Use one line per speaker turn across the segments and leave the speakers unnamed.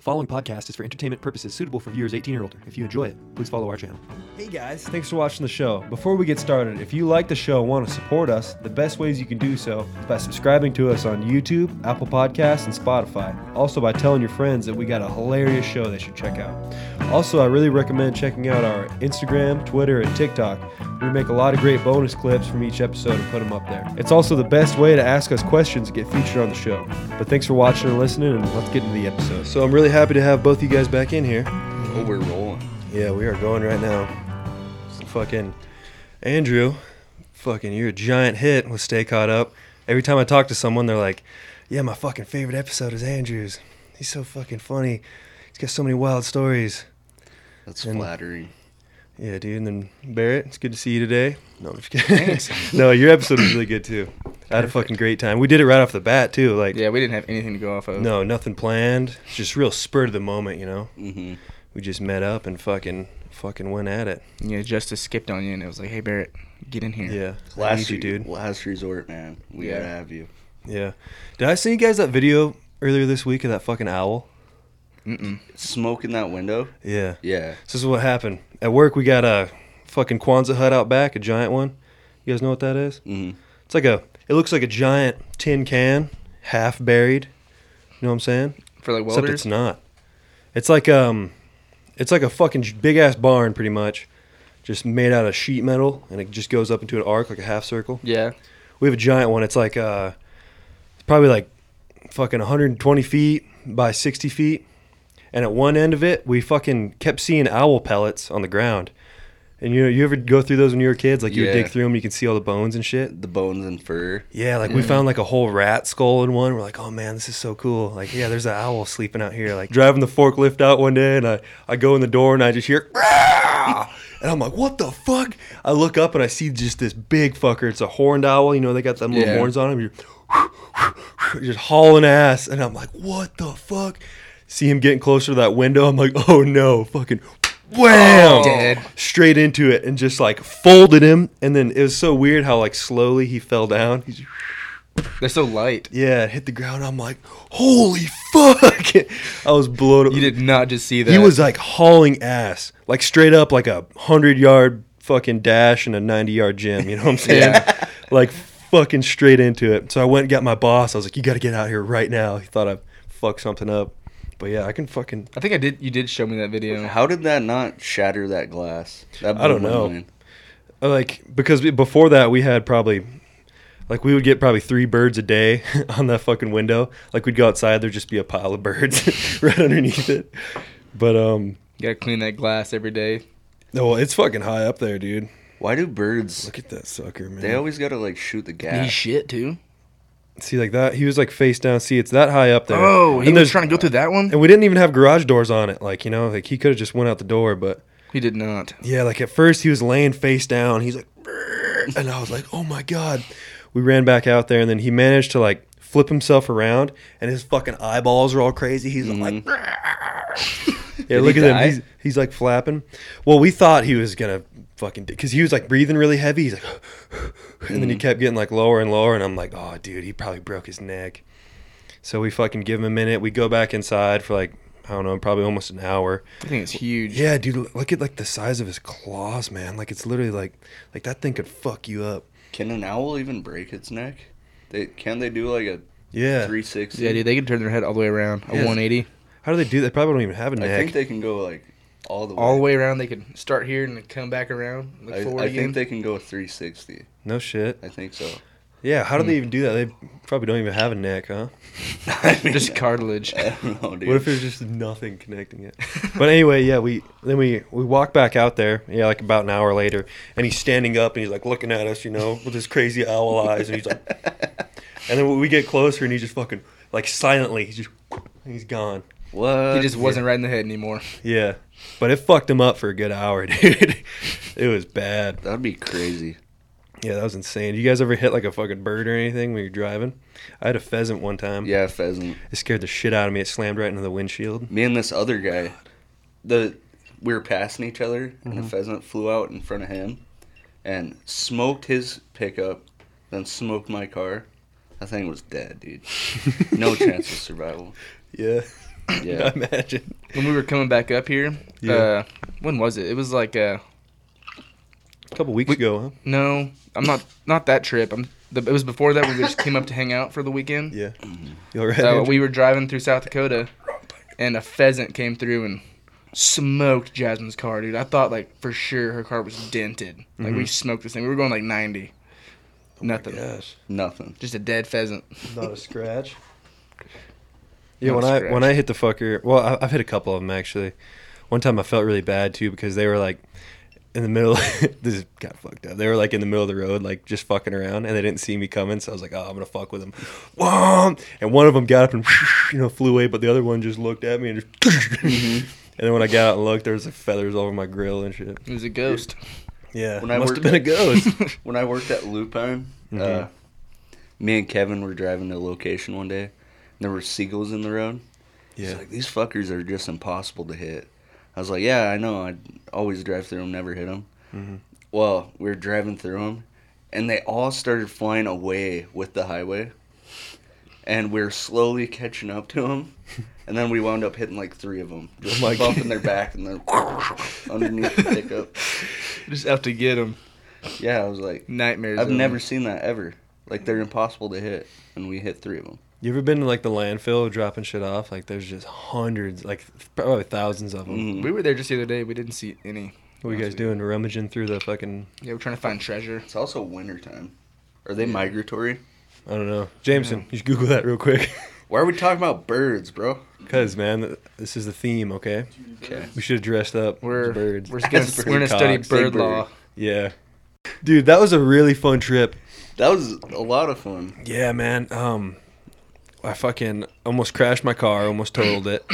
following podcast is for entertainment purposes suitable for viewers 18 or older. If you enjoy it, please follow our channel.
Hey guys, thanks for watching the show. Before we get started, if you like the show and want to support us, the best ways you can do so is by subscribing to us on YouTube, Apple Podcasts, and Spotify. Also by telling your friends that we got a hilarious show they should check out. Also, I really recommend checking out our Instagram, Twitter, and TikTok. We make a lot of great bonus clips from each episode and put them up there. It's also the best way to ask us questions and get featured on the show. But thanks for watching and listening, and let's get into the episode. So I'm really happy to have both you guys back in here.
Oh, we're rolling.
Yeah, we are going right now. So fucking Andrew, fucking you're a giant hit with Stay Caught Up. Every time I talk to someone, they're like, "Yeah, my fucking favorite episode is Andrew's. He's so fucking funny. He's got so many wild stories."
That's
And-
flattering.
Yeah, dude. And then Barrett, it's good to see you today. No, I'm just kidding. no, your episode was really good too. I had a fucking great time. We did it right off the bat too. Like,
Yeah, we didn't have anything to go off of.
no, nothing planned. It's Just real spur of the moment, you know.
Mm-hmm.
We just met up and fucking fucking went at it.
Yeah, Justice skipped on you and it was like, hey, Barrett, get in here.
Yeah, I need
Last,
you, dude.
re- last resort, man. We
Yeah.
gotta have you.
Yeah. Did I send you guys that video earlier this week of that fucking owl?
Mm-mm.
Smoke in that window.
Yeah.
Yeah.
So this is what happened. At work, we got a fucking Kwanzaa hut out back, a giant one. You guys know what that is?
Mm-hmm.
It's like a, it looks like a giant tin can, half buried. You know what I'm saying?
For like
Except
welders.
it's not. It's like um, it's like a fucking big ass barn, pretty much, just made out of sheet metal, and it just goes up into an arc like a half circle.
yeah.
We have a giant one. It's like uh, it's probably like fucking 120 feet by 60 feet, and at one end of it, we fucking kept seeing owl pellets on the ground. And you know, you ever go through those when you were kids? Like you would
Yeah.
dig through them, you can see all the bones and shit.
The bones and fur.
Yeah, like we found like a whole rat skull in one. We're like, oh man, this is so cool. Like, yeah, there's an owl sleeping out here. Like driving the forklift out one day, and I I go in the door and I just hear. "Rah!" And I'm like, what the fuck? I look up and I see just this big fucker. It's a horned owl. You know, they got them little
Yeah.
horns on them. You're just hauling ass. And I'm like, what the fuck? See him getting closer to that window. I'm like, oh no, fucking wham!
Dead.
Straight into it and just like folded him. And then it was so weird how like slowly he fell down. He's
They're so light.
yeah, it hit the ground. I'm like, holy fuck! I was blown.
You did not just see that.
He was like hauling ass, like straight up, like a hundred yard fucking dash and a ninety yard gym. You know what I'm saying?
Yeah.
like fucking straight into it. So I went and got my boss. I was like, you got to get out here right now. He thought I fucked something up, but yeah, I can fucking.
I think I did. You did show me that video.
How did that not shatter that glass? That
I don't
blew my
know.
mind.
uh, like because we- before that we had probably like we would get probably three birds a day on that fucking window like we'd go outside there'd just be a pile of birds right underneath it but um
You gotta clean that glass every day.
no well, it's fucking high up there dude
Why do birds?
look at that sucker man
They always gotta like shoot the
He
gas.
shit too.
see like that he was like face down see it's that high up there
Oh,
and
he was
there's-
trying to go through that one.
and we didn't even have garage doors on it like you know like he could have just went out the door but
He did not.
Yeah, like at first he was laying face down. He's like, "Brrr," and I was like, oh my God. We ran back out there and then he managed to like flip himself around and his fucking eyeballs are all crazy. He's like, "Brrr." yeah,
Mm-hmm. Did
look
he
at
die?
him. He's, he's like flapping. Well, we thought he was going to fucking, because he was like breathing really heavy. He's like, and
Mm.
then he kept getting like lower and lower. And I'm like, oh, dude, he probably broke his neck. So we fucking give him a minute. We go back inside for like, I don't know, probably almost an hour.
I think it's huge.
Yeah, dude, l- look at like the size of his claws, man. Like it's literally like like that thing could fuck you up.
Can an owl even break its neck? They can they do like a
Yeah.
360?
Yeah, dude. They can turn their head all the way around. A
Yes.
180.
How do they do that? They probably don't even have a
I
neck.
think they can go like all the way.
All the way around. They could start here and then come back around. Look
I,
forward
I
again.
think they can go 360.
no shit.
I think so.
Yeah, how do
Hmm.
they even do that? They probably don't even have a neck, huh?
I mean,
Just cartilage.
I don't know, dude.
What if there's just nothing connecting it? But anyway, yeah, we then we we walk back out there, yeah, like about an hour later, and he's standing up and he's like looking at us, you know, with his crazy owl eyes, and he's like, and then we get closer and he just fucking like silently, he's just he's gone.
what?
he just wasn't right in the head anymore.
Yeah, but it fucked him up for a good hour, dude. it was bad.
That'd be crazy.
Mm-hmm. Yeah, that was insane. You guys ever hit like a fucking bird or anything when you're driving? I had a pheasant one time.
Yeah, pheasant.
It scared the shit out of me. It slammed right into the windshield.
Me and this other guy, the we were passing each other, and
Mm-hmm.
the pheasant flew out in front of him, and smoked his pickup, then smoked my car. That thing was dead, dude. No chance of survival.
Yeah.
Yeah.
I imagine.
When we were coming back up here,
Yeah.
uh, when was it? It was like uh,
A couple weeks
We-
ago, huh?
no, I'm not not that trip. I'm the, it was before that we just came up to hang out for the weekend.
Yeah. You all right?
Mm-hmm. So
Andrew?
we were driving through South Dakota, and a pheasant came through and smoked Jasmine's car, dude. I thought like for sure her car was dented. Like we smoked this thing. We were going like 90. Nothing.
Gosh,
Nothing.
Just a dead pheasant.
not a scratch. Yeah,
Not
when
a
I when
scratch.
I hit the fucker, well, I, I've hit a couple of them actually. One time I felt really bad too because they were like in the middle. this got fucked up. They were like in the middle of the road, like just fucking around, and they didn't see me coming. So I was like, "Oh, I'm gonna fuck with them." Wham! And one of them got up and you know flew away, but the other one just looked at me and just. And then when I got out and looked, there was like feathers all over my grill and shit.
It was a ghost.
Yeah,
When I
must
worked
have been a
at-
ghost.
When I worked at Lupine, uh,
Mhm.
me and Kevin were driving to a location one day, and there were seagulls in the road. He's
yeah,
like, these fuckers are just impossible to hit. I was like, yeah, I know. I always drive through them, never hit them.
Mhm.
Well, we were driving through them, and they all started flying away with the highway. And we were slowly catching up to them. And then we wound up hitting like three of them. Just
my
bumping their back and then underneath the pickup.
Just have to get them.
Yeah, I was like,
Nightmares.
I've
of 'em.
never seen that ever. Like, they're impossible to hit. And we hit three of them.
you ever been to like the landfill dropping shit off? Like there's just hundreds, like probably thousands of them.
Mhm.
We were there just the other day. We didn't see any.
What are you guys doing? Rummaging through the fucking
Yeah, we're trying to find treasure.
It's also wintertime. Are they migratory?
I don't know. Jameson, you should Google that real quick.
Why are we talking about birds, bro?
Cause man, th- this is the theme. Okay,
Okay.
we should have dressed up. as
We're
birds.
we're gonna,
As
we're gonna
bird
study
cocks.
Say
bird
bird.
law.
Yeah, dude, that was a really fun trip.
That was a lot of fun.
Yeah, man. Um, I fucking almost crashed my car. Almost totaled it.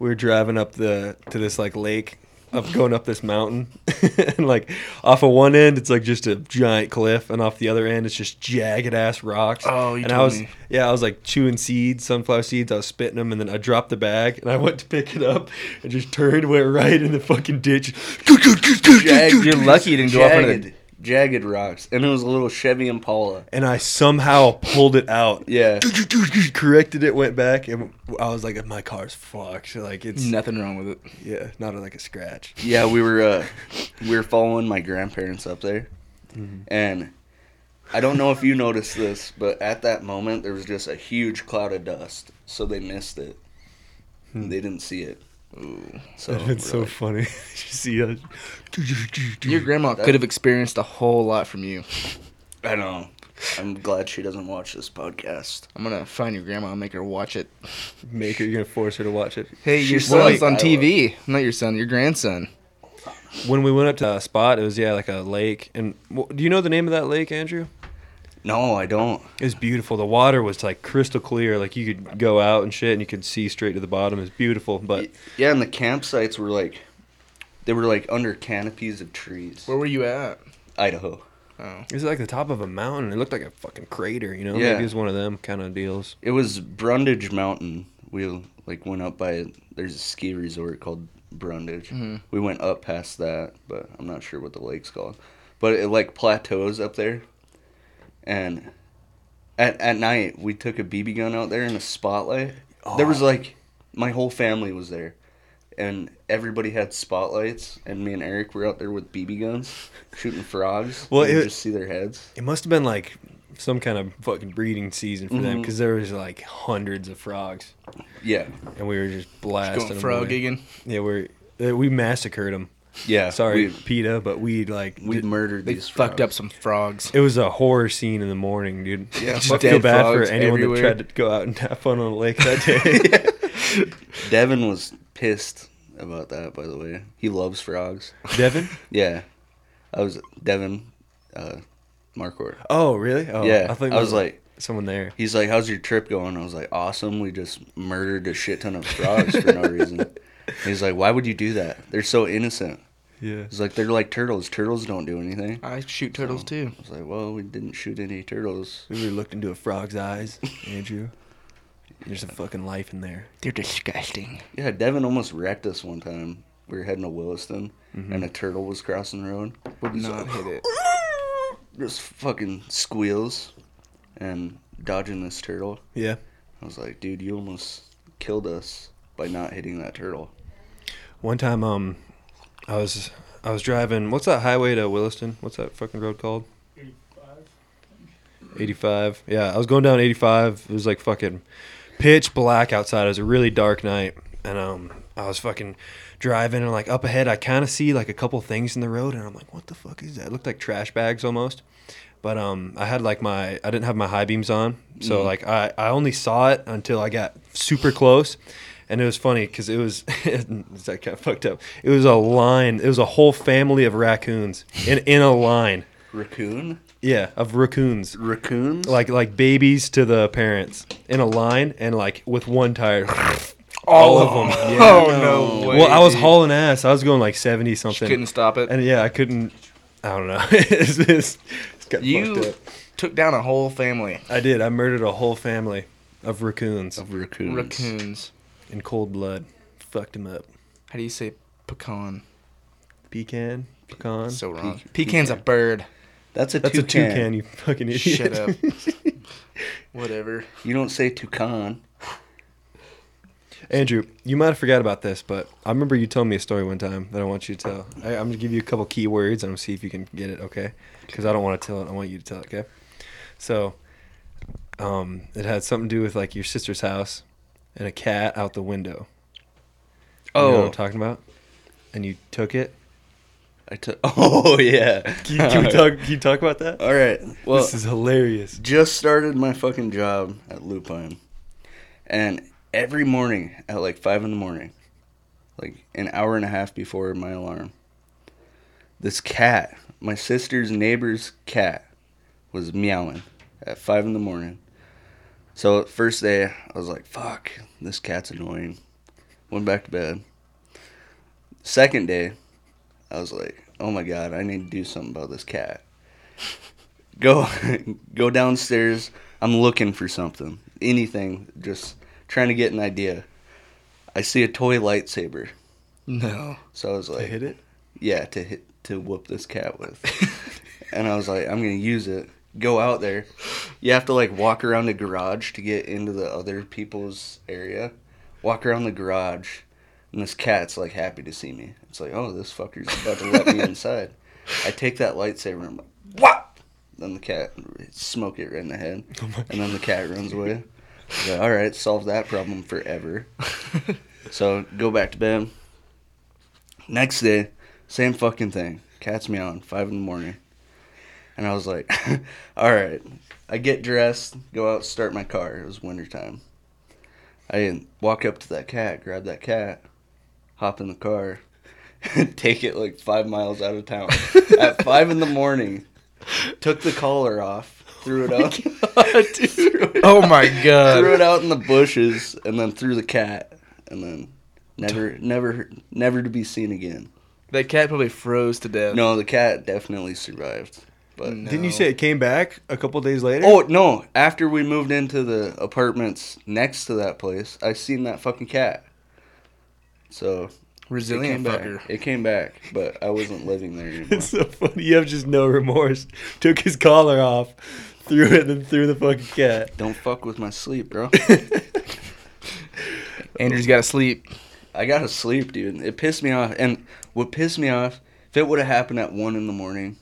We were driving up the to this like lake. Up going up this mountain, and like off of one end it's like just a giant cliff, and off the other end it's just jagged ass rocks.
Oh, you
and I
told
was
me.
yeah, I was like chewing seeds, sunflower seeds. I was spitting them, and then I dropped the bag, and I went to pick it up, and just turned, went right in the fucking ditch.
Jagged-
You're lucky you didn't go up under the-
jagged, jagged rocks, and it was a little Chevy Impala.
and I somehow pulled it out.
Yeah,
Corrected it, went back, and I was like, "My car's fucked. Like it's
Nothing wrong with it.
yeah, not like a scratch."
yeah. We were uh, we were following my grandparents up there,
Mm-hmm.
and I don't know if you noticed this, but at that moment there was just a huge cloud of dust, so they missed it.
Hmm.
They didn't see it. So
That'd been so
we're
funny. you see uh, us.
Your grandma could have experienced a whole lot from you.
like, I know. I'm glad she doesn't watch this podcast.
I'm gonna find your grandma and make her watch it.
Make her. You're gonna force her to watch it.
Hey, your
She's
son's
right.
on TV. Not your son, your grandson.
When we went up to a spot, it was yeah, like a lake. And wh- do you know the name of that lake, Andrew?
No, I don't.
It was beautiful. The water was like crystal clear. Like you could go out and shit, and you could see straight to the bottom. It was beautiful. But
Yeah, and the campsites were like, they were like under canopies of trees.
Where were you at?
Idaho.
Oh,
it was like the top of a mountain. It looked like a fucking crater. You know,
Yeah.
maybe it was one of them kind of deals.
It was Brundage Mountain. We like went up by there's a ski resort called Brundage.
Mm-hmm.
We went up past that, but I'm not sure what the lake's called. But it like plateaus up there, and at at night we took a BB gun out there in a spotlight. There
Oh.
was like my whole family was there, and everybody had spotlights, and me and Eric were out there with BB guns shooting frogs.
Well,
Well, you
it-
just see their heads.
It must have been like some kind of fucking breeding season for them because there was like hundreds of frogs,
Yeah,
and we were just blasting
going
'em
frog
away.
again.
Yeah, we're uh, we massacred them.
yeah.
Sorry,
we,
PETA, but we like
we
d-
murdered
They
these.
fucked
frogs.
up some frogs.
It was a horror scene in the morning, dude.
Yeah,
just
fuck
feel
dead
bad for
frogs
anyone
everywhere.
that tried to go out and have fun on the lake that day.
Devin was pissed about that, by the way. He loves frogs.
Devin?
Yeah. I was Devin uh Marcourt.
Oh, really? Oh,
yeah. I,
think
was like
someone there.
he's like, How's your trip going? I was like, Awesome. We just murdered a shit ton of frogs for no reason. He's like, Why would you do that? They're so innocent.
Yeah.
He's like, They're like turtles. Turtles don't do anything. I
I shoot turtles
Oh.
too.
was like, Well, we didn't shoot any turtles.
We were looked into a frog's eyes, Andrew. There's a fucking life in there.
They're disgusting.
Yeah, Devin almost wrecked us one time. We were heading to Williston and a turtle was crossing the road.
Mm-hmm. Would not hit it.
Just fucking squeals and dodging this turtle.
Yeah.
I was like, dude, you almost killed us. by not hitting that turtle.
One time, um, I was I was driving. What's that highway to Williston? What's that fucking road called? Eighty five. Yeah, I was going down eighty five. It was like fucking pitch black outside. It was a really dark night, and um, I was fucking driving and like up ahead, I kind of see like a couple things in the road, and I'm like, what the fuck is that? It looked like trash bags almost. But um, I had like my I didn't have my high beams on,
Mm.
so like I I only saw it until I got super close, and it was funny because it was that kind of fucked up. It was a line. It was a whole family of raccoons in in a line.
Raccoon?
Yeah, of raccoons.
Raccoons?
Like like babies to the parents in a line and like with one tire.
All
of 'em. Yeah.
Oh no way.
well, I was hauling ass. I was going like seventy something.
couldn't stop it.
and yeah, I couldn't. I don't know. it's, it's, it's got fucked
you
up.
took down a whole family.
I did. I murdered a whole family of raccoons
Of raccoons.
Raccoons.
in cold blood. Fucked them up.
How do you say pecan?
Pecan, pecan.
So wrong.
Pe-
Pecan's a bird.
That's a
That's
toucan.
a toucan. You fucking idiot.
Shut up. Whatever.
You don't say toucan.
Andrew, you might have forgot about this, but I remember you telling me a story one time that I want you to tell. I, I'm gonna give you a couple key words and I'm gonna see if you can get it, okay? Because I don't want to tell it. I want you to tell it, okay? So, um, it had something to do with like your sister's house and a cat out the window. You know what
Oh,
I'm talking about? And you took it.
I took. Oh yeah.
Can you, can we talk? Can you talk about that?
All right. Well,
this is hilarious.
just started my fucking job at Lupine, and every morning at like five in the morning, like an hour and a half before my alarm, this cat, my sister's neighbor's cat, was meowing at five in the morning. So first day, I was like, "Fuck, this cat's annoying." Went back to bed. Second day, I was like, "Oh my god, I need to do something about this cat." go go downstairs. I'm looking for something, anything, just trying to get an idea. I see a toy lightsaber,
No.
so I was like,
hit it?
Yeah, to hit to whoop this cat with. and I was like, I'm gonna use it. Go out there. You have to like walk around the garage to get into the other people's area. Walk around the garage, and this cat's like happy to see me. It's like, oh, this fucker's about to let me inside. I take that lightsaber and I'm like, what? Then the cat smoke it right in the head,
Oh
and then the cat runs away. I go, All right, solve that problem forever. so go back to bed. Next day, same fucking thing. Cat's meowing, five in the morning. And I was like, all right. I get dressed, go out, start my car. It was wintertime. I didn't walk up to that cat, grab that cat, hop in the car, and take it like five miles out of town at five in the morning. Took the collar off, threw it out,
Oh my
threw
god.
it out in the bushes, and then threw the cat, and then never, never, never to be seen again.
That cat probably froze to death.
No, the cat definitely survived. But
Didn't you say it came back a couple days later?
oh no! After we moved into the apartments next to that place, I seen that fucking cat. So it came
resilient
back.
fucker?
It came back, but I wasn't living there anymore.
It's so funny. You have just no remorse. Took his collar off, threw it, and threw the fucking cat.
Don't fuck with my sleep, bro.
Andrew's got to sleep.
I gotta sleep, dude. It pissed me off, and what pissed me off, if it would have happened at one in the morning,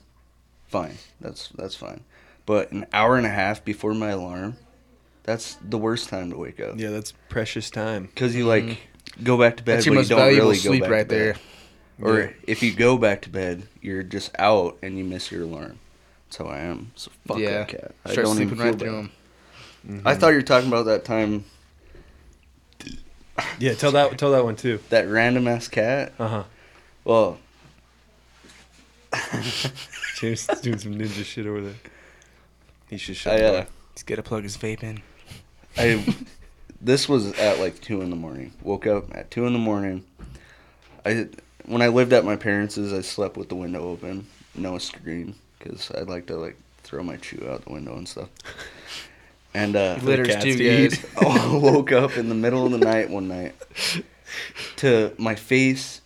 fine. That's that's fine. But an hour and a half before my alarm, that's the worst time to wake up.
Yeah, that's precious time.
Because you like go back to bed, but
Mm-hmm. That's your
you
most
don't
valuable
really go
sleep
back
right
to
there.
bed. Or
Yeah.
if you go back to bed, you're just out and you miss your alarm. That's how I am. So fuck
yeah.
that cat. I
Start
don't
sleeping
even
right
feel
through
bad.
him.
I thought you were talking about that time
Yeah, tell that tell that one too.
that random ass cat.
Uh huh.
Well,
James is doing some ninja shit over there. He should shut
I
up.
uh,
He's got to plug his vape in.
I this was at like two in the morning. Woke up at two in the morning. I when I lived at my parents', I slept with the window open, no screen, because I like to like throw my chew out the window and stuff. And uh,
Litters
cats
too,
to
guys.
I woke up in the middle of the night one night to my face.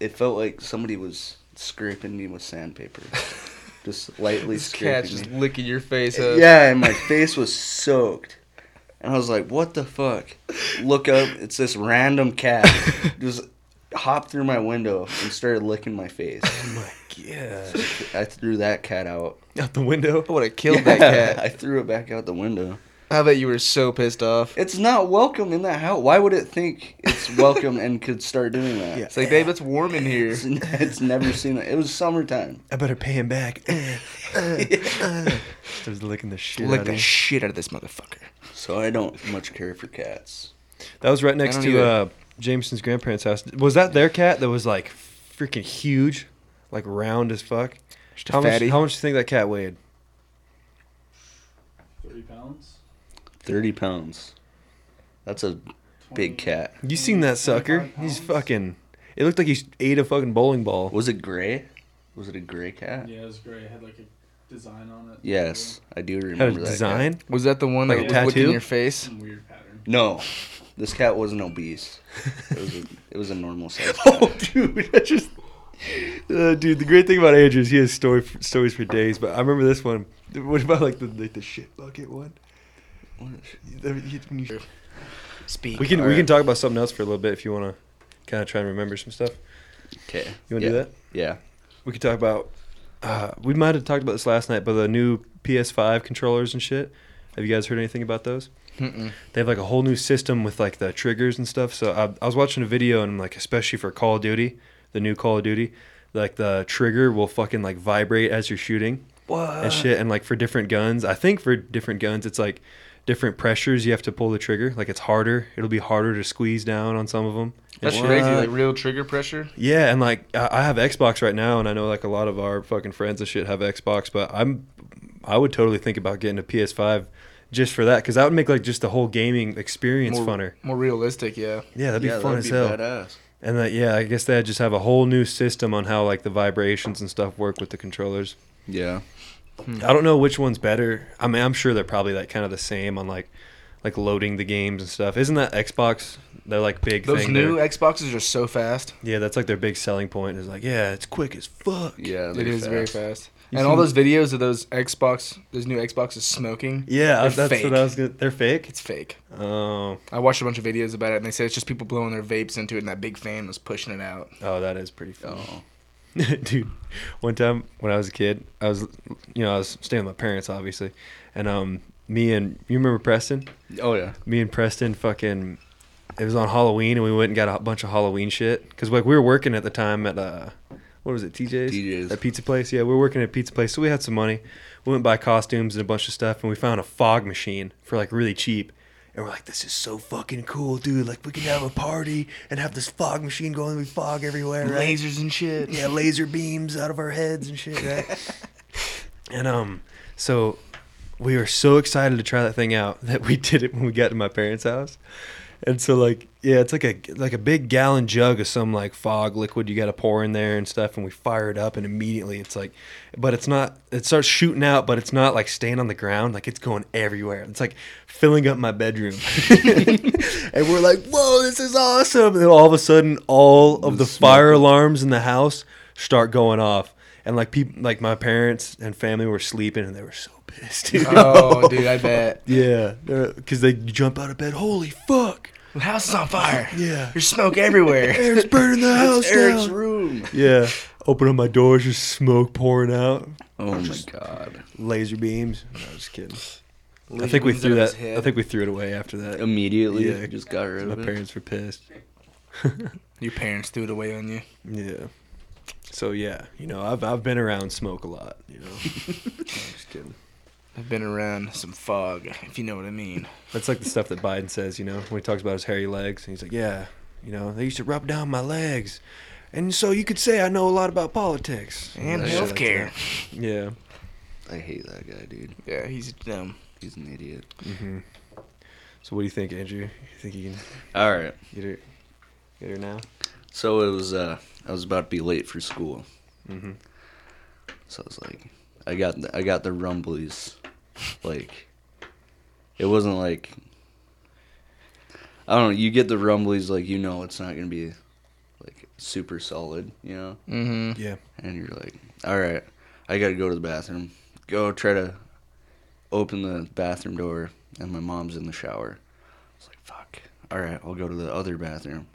It felt like somebody was scraping me with sandpaper, just lightly
This
scraping
cat's just
me.
licking your face up.
Yeah, and my face was soaked. And I was like, what the fuck? Look up, it's this random cat. just hopped through my window and started licking my face.
Oh,
Yeah.
I threw that cat out.
Out the window.
I would have killed that cat.
I threw it back out the window.
I bet you were so pissed off.
It's not welcome in that house. Why would it think it's welcome and could start doing that?
It's like, babe, it's warm in here.
It's, it's never seen that. It was summertime.
I better pay him back.
Uh, Starts licking the shit
Lick
out
the
of you.
shit out of this motherfucker.
So I don't much care for cats.
That was right
I
next
don't
to
either.
uh, Jameson's grandparents' house. Was that their cat that was like freaking huge, like round as fuck?
a
How much,
fatty.
how much do you think that cat weighed?
30 pounds?
30 pounds. That's a big
Mm.
cat.
You seen that sucker?
25
He's
pounds?
fucking. It looked like he ate a fucking bowling ball.
Was it gray? Was it a gray cat?
Yeah, it was great. It had like a design on it.
Yes, I do remember
Had a
that. cat.
design.
Was that the one
Like
that
a
was within
tattoo?
your face?
Some weird pattern.
No, this cat wasn't obese. It was a, it was a normal size cat.
Oh, dude, I just. Uh, dude, the great thing about Andrew is he has story stories for days. But I remember this one. What about like the like the shit bucket one?
Speak.
We can we can talk about something else for a little bit if you want to kind of try and remember some stuff.
Okay.
You want to
yeah.
do that?
Yeah.
We could talk about. Uh, we might have talked about this last night, but the new PS5 controllers and shit. Have you guys heard anything about those?
Mm-mm.
They have like a whole new system with like the triggers and stuff. So I, I was watching a video and like especially for Call of Duty, the new Call of Duty, like the trigger will fucking like vibrate as you're shooting and shit. And like for different guns, I think for different guns, it's like different pressures you have to pull the trigger. Like it's harder. It'll be harder to squeeze down on some of them.
That's crazy. Like real trigger pressure.
Yeah, and like I I have Xbox right now, and I know like a lot of our fucking friends and shit have Xbox, but I'm I would totally think about getting a PS5 just for that because that would make like just the whole gaming experience
More,
funner.
More realistic, yeah.
Yeah, that'd be
yeah,
fun
that'd
as
be
hell.
badass.
And that yeah, I guess they just have a whole new system on how like the vibrations and stuff work with the controllers.
Yeah.
I don't know which one's better. I mean, I'm sure they're probably like kind of the same on like like loading the games and stuff. Isn't that Xbox? They're like big
Those
thing.
new
They're-
Xboxes are so fast.
yeah, that's like their big selling point. Is like yeah, it's quick as fuck.
Yeah.
It
they're
is very
fast.
fast. and all those videos of those Xbox, those new Xboxes smoking.
Yeah,
They're
that's
fake.
what I was gonna. They're fake.
It's fake.
Oh,
I watched a bunch of videos about it, and they said it's just people blowing their vapes into it, and that big fan was pushing it out.
oh, that is pretty fun,
Oh.
dude. One time when I was a kid, I was, you know, I was staying with my parents, obviously, and um, me and you remember Preston?
Oh yeah.
Me and Preston, fucking, it was on Halloween, and we went and got a bunch of Halloween shit because like we were working at the time at uh, what was it, TJ's?
TJ's.
That pizza place. Yeah, we were working at a pizza place, so we had some money. We went and buy costumes and a bunch of stuff, and we found a fog machine for like really cheap. And we're like, this is so fucking cool, dude. Like, we can have a party and have this fog machine going. We fog everywhere, right?
Lasers and shit.
yeah, laser beams out of our heads and shit, right? and um, so we were so excited to try that thing out that we did it when we got to my parents' house. And so like yeah, it's like a like a big gallon jug of some like fog liquid you got to pour in there and stuff, and we fire it up, and immediately it's like, but it's not. It starts shooting out, but it's not like staying on the ground. Like it's going everywhere. It's like filling up my bedroom, and we're like, whoa, this is awesome. And then all of a sudden, all of the fire alarms in the house start going off, and like people, like my parents and family were sleeping, and they were so pissed. dude.
Oh, dude, I bet.
Yeah, because they jump out of bed. Holy fuck!
The house is on fire.
Yeah.
There's smoke everywhere.
Eric's burning the house
Eric's
down.
room.
Yeah, open up my doors, just smoke pouring out,
Oh my god.
laser beams. No, I was kidding. I think we threw that. I think we threw it away after that.
Immediately,
Yeah.
just got rid
My
of it.
parents were pissed.
your parents threw it away on you.
Yeah. So yeah, you know, I've I've been around smoke a lot. You know, No, I'm just kidding.
I've been around some fog, if you know what I mean.
That's like the stuff that Biden says, you know, when he talks about his hairy legs. And he's like, yeah, you know, they used to rub down my legs. And so you could say I know a lot about politics.
And
Yeah,
shit like
healthcare.
that. Yeah.
I hate that guy, dude.
Yeah, he's dumb.
He's an idiot.
hmm So what do you think, Andrew? You think you can
All right.
get her, get her now?
So it was. Uh, I was about to be late for school.
Mhm.
So I was like, I got the, I got the rumblies. Like, it wasn't like. I don't know. You get the rumblies, like you know, it's not gonna be, like super solid, you know.
Mm-hmm.
Yeah.
And you're like, all right, I gotta go to the bathroom. Go try to open the bathroom door. and my mom's in the shower. I was like, fuck. All right, I'll go to the other bathroom.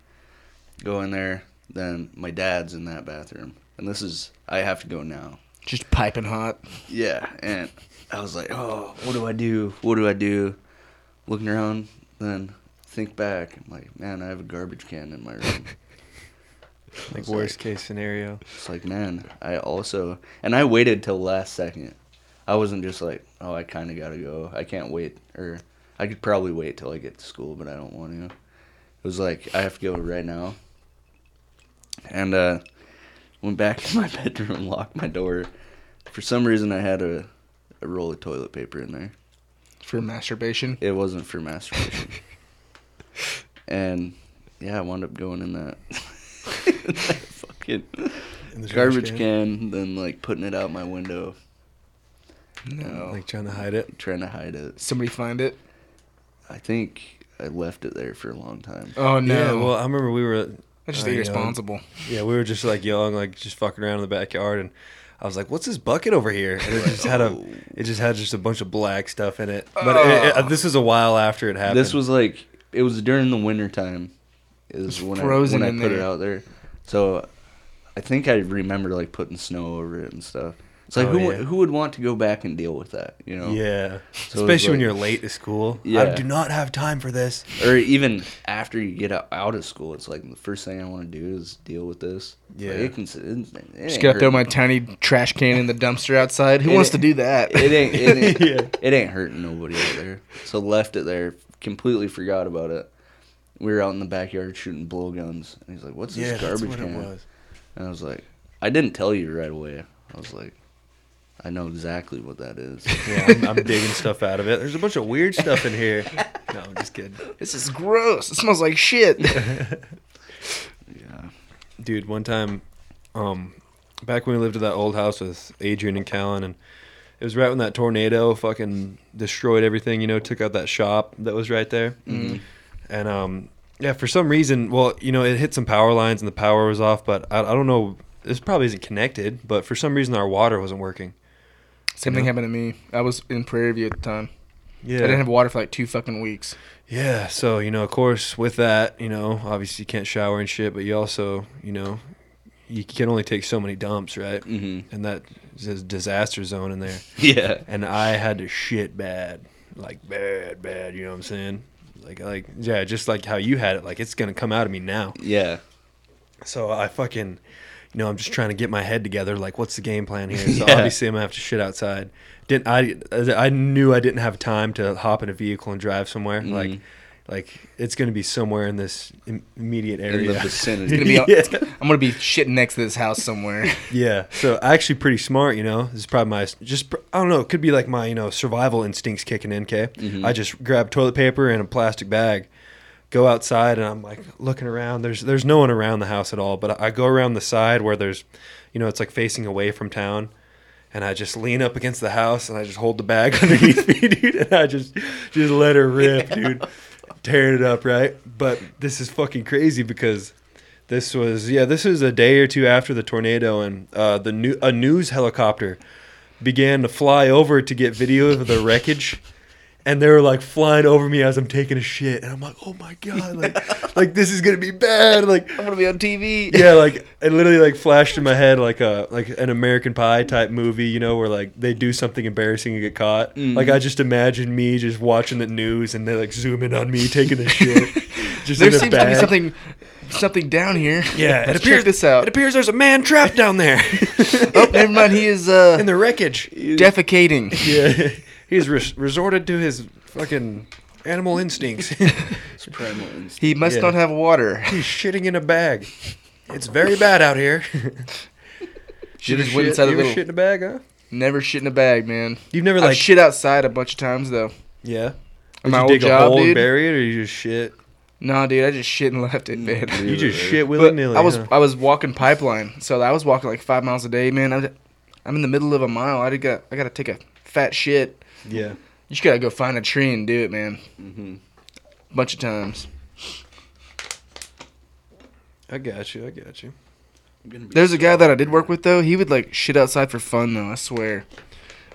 Go in there. Then my dad's in that bathroom, and this is I have to go now.
Just piping hot.
Yeah, and I was like, oh, what do I do? What do I do? Looking around, then think back. I'm like, man, I have a garbage can in my room. I
Like
was
worst case scenario.
It's like, man, I also and I waited till last second. I wasn't just like, oh, I kind of gotta go. I can't wait, or I could probably wait till I get to school, but I don't want to. It was like I have to go right now. And uh, went back to my bedroom, locked my door. For some reason, I had a, a roll of toilet paper in there.
For masturbation.
It wasn't for masturbation. and yeah, I wound up going in that, in that fucking
In the trash
garbage can, then like putting it out my window, you know,
Like trying to hide it.
trying to hide it.
Somebody find it.
I think I left it there for a long time.
Oh no.
Yeah, well, I remember we were
That's just
I know.
irresponsible.
Yeah, we were just like young, like just fucking around in the backyard, and I was like, "What's this bucket over here?" And it just had a, it just had just a bunch of black stuff in it. But it, it- this was a while after it happened.
This was like it was during the winter time. Is when
frozen
I when
in
I put it
there.
out there. So I think I remember like putting snow over it and stuff. It's like
Oh,
who wa-
yeah.
who would want to go back and deal with that, you
Oh.
know?
yeah,
So it was
especially when
like-
you're late to school. I
Yeah.
do not have time for this.
Or even after you get out- out of school, it's like the first thing I want to do is deal with this. Like,
Yeah.
it can. It, ain't- it
Just
ain't
gotta throw
hurting.
my tiny trash can in the dumpster outside. Who
It
wants to
ain't-
do that?
it ain't it ain't,
Yeah.
it ain't hurting nobody out there. So left it there, completely forgot about it. We were out in the backyard shooting blowguns, and he's like, "What's this
Yeah, that's
garbage
what it
can?"
was.
And I was like, "I didn't tell you right away." I was like, "I know exactly what that is."
Yeah, I'm, I'm digging stuff out of it. There's a bunch of weird stuff in here. No, I'm just kidding,
This is gross. It smells like shit.
yeah,
dude. One time, um, back when we lived at that old house with Adrian and Callan, and it was right when that tornado fucking destroyed everything. You know, took out that shop that was right there. and um yeah for some reason well you know it hit some power lines and the power was off but i, I don't know this probably isn't connected but for some reason our water wasn't working
Same thing happened to me. I was in Prairie View at the time.
yeah
I didn't have water for like two fucking weeks.
yeah so you know of course with that you know obviously you can't shower and shit but you also you know you can only take so many dumps right
hmm
and that is a disaster zone in there
yeah.
and i had to shit bad like bad bad you know what i'm saying like like yeah just like how you had it like it's gonna come out of me now
Yeah,
So I fucking, you know, I'm just trying to get my head together. Like, what's the game plan here? So
Yeah.
obviously, I'm gonna have to shit outside. Didn't I? I knew I didn't have time to hop in a vehicle and drive somewhere.
Mm.
Like, like it's gonna be somewhere in this im- immediate
in
area.
the vicinity.
It's gonna be.
Yeah.
I'm gonna be shitting next to this house somewhere.
yeah. So actually, pretty smart. You know, this is probably my just. pr- I don't know. It could be like my you know survival instincts kicking in. Okay, I just grab toilet paper and a plastic bag. Go outside and I'm like looking around. There's there's no one around the house at all. But I I go around the side where there's, you know, it's like facing away from town, and I just lean up against the house and I just hold the bag underneath me, dude, and I just just let her rip, dude, tearing it up, right? But this is fucking crazy because this was yeah, this was a day or two after the tornado, and uh, the new a news helicopter began to fly over to get video of the wreckage. And they were like flying over me as I'm taking a shit, and I'm like, "Oh my god, like, like this is gonna be bad." Like,
I'm gonna be on TV.
yeah, like it literally like flashed in my head like a like an American Pie type movie, you know, where like they do something embarrassing and get caught.
Mm-hmm.
Like I just imagine me just watching the news and they like zoom in on me taking the shit. Just
There
in a
seems to be
bag.
something, something down here.
Yeah,
Let's check this out.
It appears there's a man trapped down there
Oh, never mind. He is uh,
in the wreckage.
defecating.
Yeah, he's res- resorted to his fucking animal instincts. he's
It's primal instinct.
He must
Yeah.
not have water.
shitting in a bag. It's very bad out here.
Should
You
just
ever
went
shit-
inside a
you ever
little.
shit in a bag, huh?
Never shit in a bag, man.
You've never
I've
like
shit outside a bunch of times though.
yeah.
At
Did
my
you
old
dig a
job,
hole
dude.
and bury it, or you just shit?
Nah, dude, I just shit and left
Mm,
it, man.
You just shit willy
uh, But
nilly.
I was I was walking pipeline, so I was walking like five miles a day, man. I was, I'm in the middle of a mile. I got I gotta take a fat shit.
yeah.
You just gotta go find a tree and do it, man.
hmm
Bunch of times.
I got you. I got you.
There's a guy that I did work with though. He would like shit outside for fun though. I swear.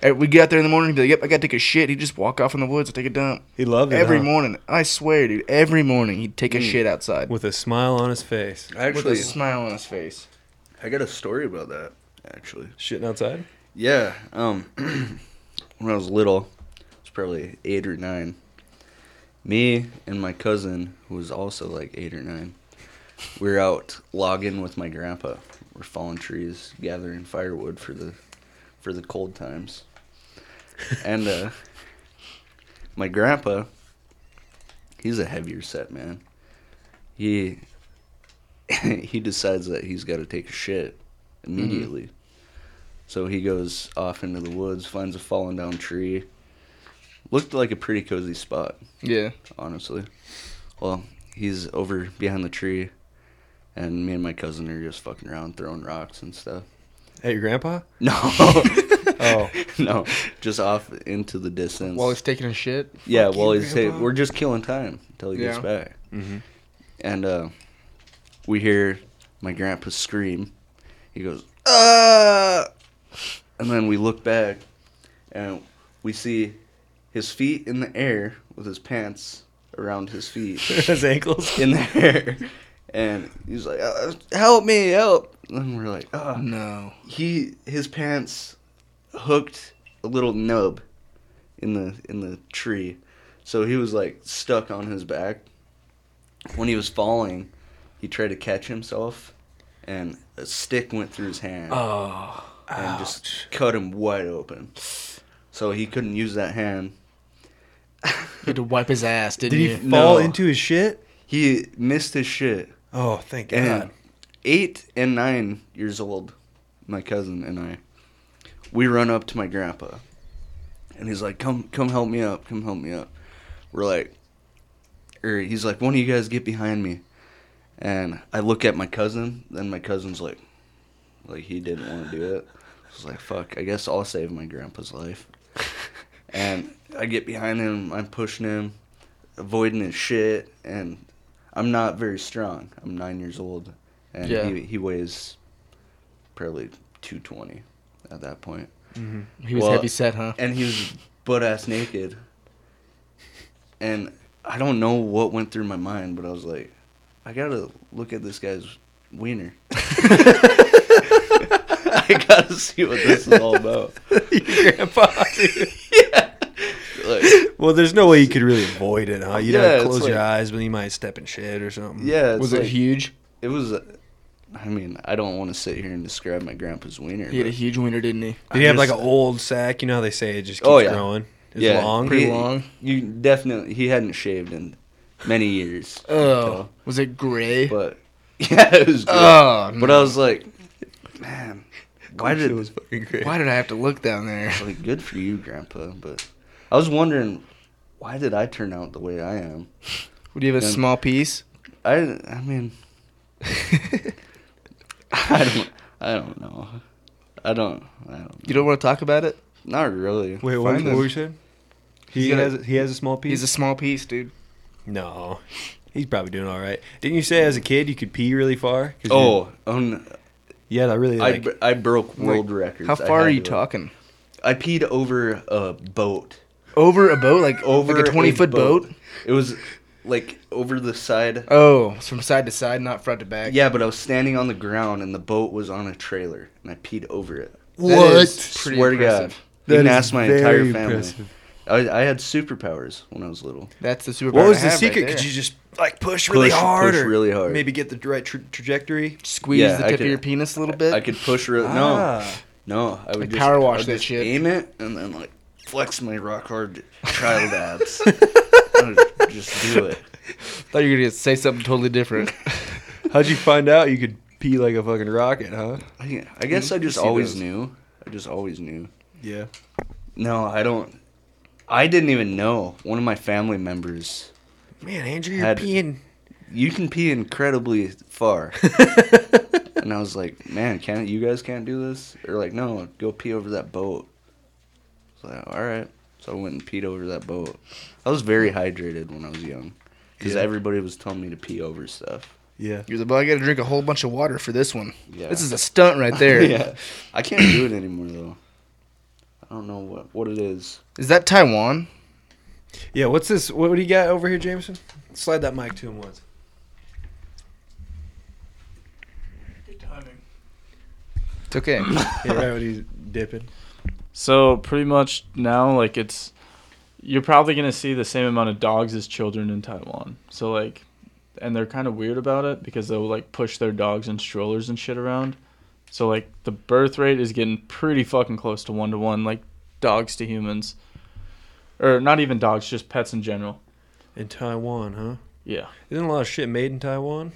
Eh, We get out there in the morning, he'd be like, "Yep, I gotta take a shit." He'd just walk off in the woods, take a dump.
He loved it
every
huh?
morning. I swear, dude, every morning he'd take a shit outside
Mm. with a smile on his face,
Actually,
with a smile on his face.
I got a story about that. Actually,
shitting outside.
yeah. Um, when I was little, it's probably eight or nine. Me and my cousin, who was also like eight or nine, we were out logging with my grandpa. We're falling trees, gathering firewood for the for the cold times. And uh, my grandpa, he's a heavier set man. He he decides that he's got to take a shit immediately. So he goes off into the woods, finds a fallen down tree. Looked like a pretty cozy spot
Yeah,
honestly. Well, he's over behind the tree, and me and my cousin are just fucking around, throwing rocks and stuff.
Hey, your grandpa?
No,
Oh,
no, just off into the distance.
while he's taking a shit.
yeah,
Fuck
while
you,
he's hey,
Grandpa.
we're just killing time until he gets
Yeah. Mm-hmm.
back.
Mhm.
And uh, we hear my grandpa scream. He goes, ah! And then we look back, and we see his feet in the air with his pants around his feet.
his ankles.
in the air. And he's like, uh, "Help me, help!" And we're like, "Ah."
No,
He his pants hooked a little nub in the in the tree, so he was like stuck on his back. When he was falling, he tried to catch himself, and a stick went through his hand
oh,
and just cut him wide open. So he couldn't use that hand.
he had to wipe his ass, didn't
Did he
you?
fall
No.
into his shit?
He missed his shit.
Oh, thank God.
And eight and nine years old, my cousin and I, we run up to my grandpa, and he's like, "Come, come help me up! Come help me up!" We're like, or he's like, "One of you guys get behind me," and I look at my cousin. Then my cousin's like, like he didn't want to do it. I was like, "Fuck! I guess I'll save my grandpa's life." and I get behind him. I'm pushing him, avoiding his shit, and I'm not very strong. I'm nine years old, and
Yeah.
he he weighs probably two twenty at that point.
He was
Well,
heavy set, huh?
And he was butt ass naked. And I don't know what went through my mind, but I was like, I gotta look at this guy's wiener. I gotta see what this is all about.
Your grandpa. dude.
Like,
well, there's no way you could really avoid it, huh? You
Yeah,
don't
it's
close your
like-
eyes, but you might step in shit or something.
yeah, it's
was it
like-
huge?
It was. uh, I mean, I don't want to sit here and describe my grandpa's wiener.
He had a
but-
huge wiener, didn't he?
Did he have like
Just-
an old sack? You know how they say it just keeps
Oh, yeah.
growing. It's
Yeah,
long.
Pretty
He-
long.
You definitely. He hadn't shaved in many years. I could
Oh,
tell.
was it gray?
But yeah, it was. Good.
Oh,
But I was like, man, why did
fucking great.
Why did I have to look down there?
like good for you, Grandpa? But I was wondering, why did I turn out the way I am?
Would you have a
Yeah.
small piece?
I I mean, I don't I don't know. I don't I don't.
You don't want to talk about it?
Not really.
Wait, what,
Find
what
him.
were you saying? He
He's gonna-
has he has a small piece.
He's a small piece, dude.
no, he's probably doing all right. Didn't you say as a kid you could pee really far? 'Cause you-
Oh, um,
yeah, I really
I,
like.
br- I broke world records.
How
I
far are
had
you
to.
talking?
I peed over a boat.
Over a boat, like
Over
over like a twenty foot boat.
It was like over the side.
Oh, it's from side to side, not front to back.
Yeah, but I was standing on the ground and the boat was on a trailer and I peed over it.
That is pretty
Swear
impressive.
to God. you can
That is
ask my entire
very
family.
impressive.
I, I had superpowers when I was little.
That's the superpower.
What was
I
the
have
secret?
Right
could
there.
you just like push really
Push-
hard,
push
or
really hard.
maybe get the right tra- trajectory?
squeeze
Yeah,
the
I
tip
could-
of your penis a little bit?
I could push real.
Ah.
No, no. I would
Like
just,
power
I
wash
would
that
just
shit.
Aim it and then like flex my rock hard child abs. I would just do it.
thought you were gonna say something totally different.
How'd you find out you could pee like a fucking rocket, huh?
I, I guess I just
see
always
those.
knew. I just always knew.
Yeah.
No, I don't. I didn't even know. One of my family members.
Man, Andrew, you're
Had-
peeing.
You can pee incredibly far. and I was like, man, can't you guys can't do this? They're like, no, go pee over that boat. I was like, all right. So I went and peed over that boat. I was very hydrated when I was young, because
Yeah.
everybody was telling me to pee over stuff.
Yeah.
You're like, well, I gotta drink a whole bunch of water for this one.
Yeah.
This is a stunt right there.
yeah, I can't do it anymore though. I don't know what what it is.
Is that Taiwan?
Yeah, what's this? What, what do you got over here, Jameson? Slide that mic to him once.
Good timing.
It's okay.
Yeah, right when he's dipping.
So pretty much now, like it's, you're probably gonna see the same amount of dogs as children in Taiwan. So like, and they're kind of weird about it because they'll like push their dogs in strollers and shit around. So like the birth rate is getting pretty fucking close to one to one, like dogs to humans, or not even dogs, just pets in general.
In Taiwan, huh?
Yeah,
Isn't a lot of shit made in Taiwan?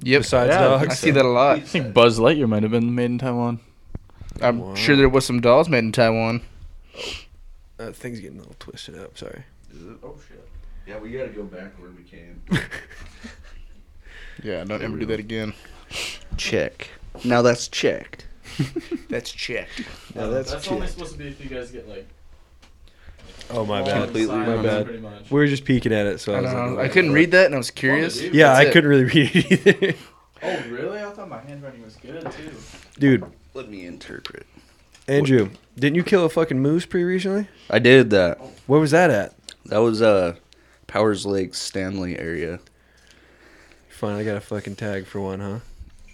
Yep.
Besides
Yeah,
dogs?
I see that a
Uh,
lot.
I think Buzz Lightyear might have been made in Taiwan.
I'm
Wow.
sure there was some dolls made in Taiwan.
Uh, things getting a little twisted up. Sorry.
Is it? Oh shit. Yeah, we gotta go back where we came.
Yeah, don't ever do that again.
Check. Now that's checked.
That's checked.
No, that's
Uh, that's only supposed to be if you guys get like.
Oh my
all
bad.
the
Completely
signs,
my bad.
Pretty much.
We were just peeking at it, so I,
I,
was
know,
like,
I couldn't read that, and I was curious.
dude.
Yeah,
That's
I
it.
couldn't really read it either.
Oh really? I thought my handwriting was good too.
Dude,
Let me interpret.
Andrew, didn't you kill a fucking moose pretty recently?
I did that.
Where was that at?
That was uh Powers Lake Stanley area.
Finally got a fucking tag for one, huh?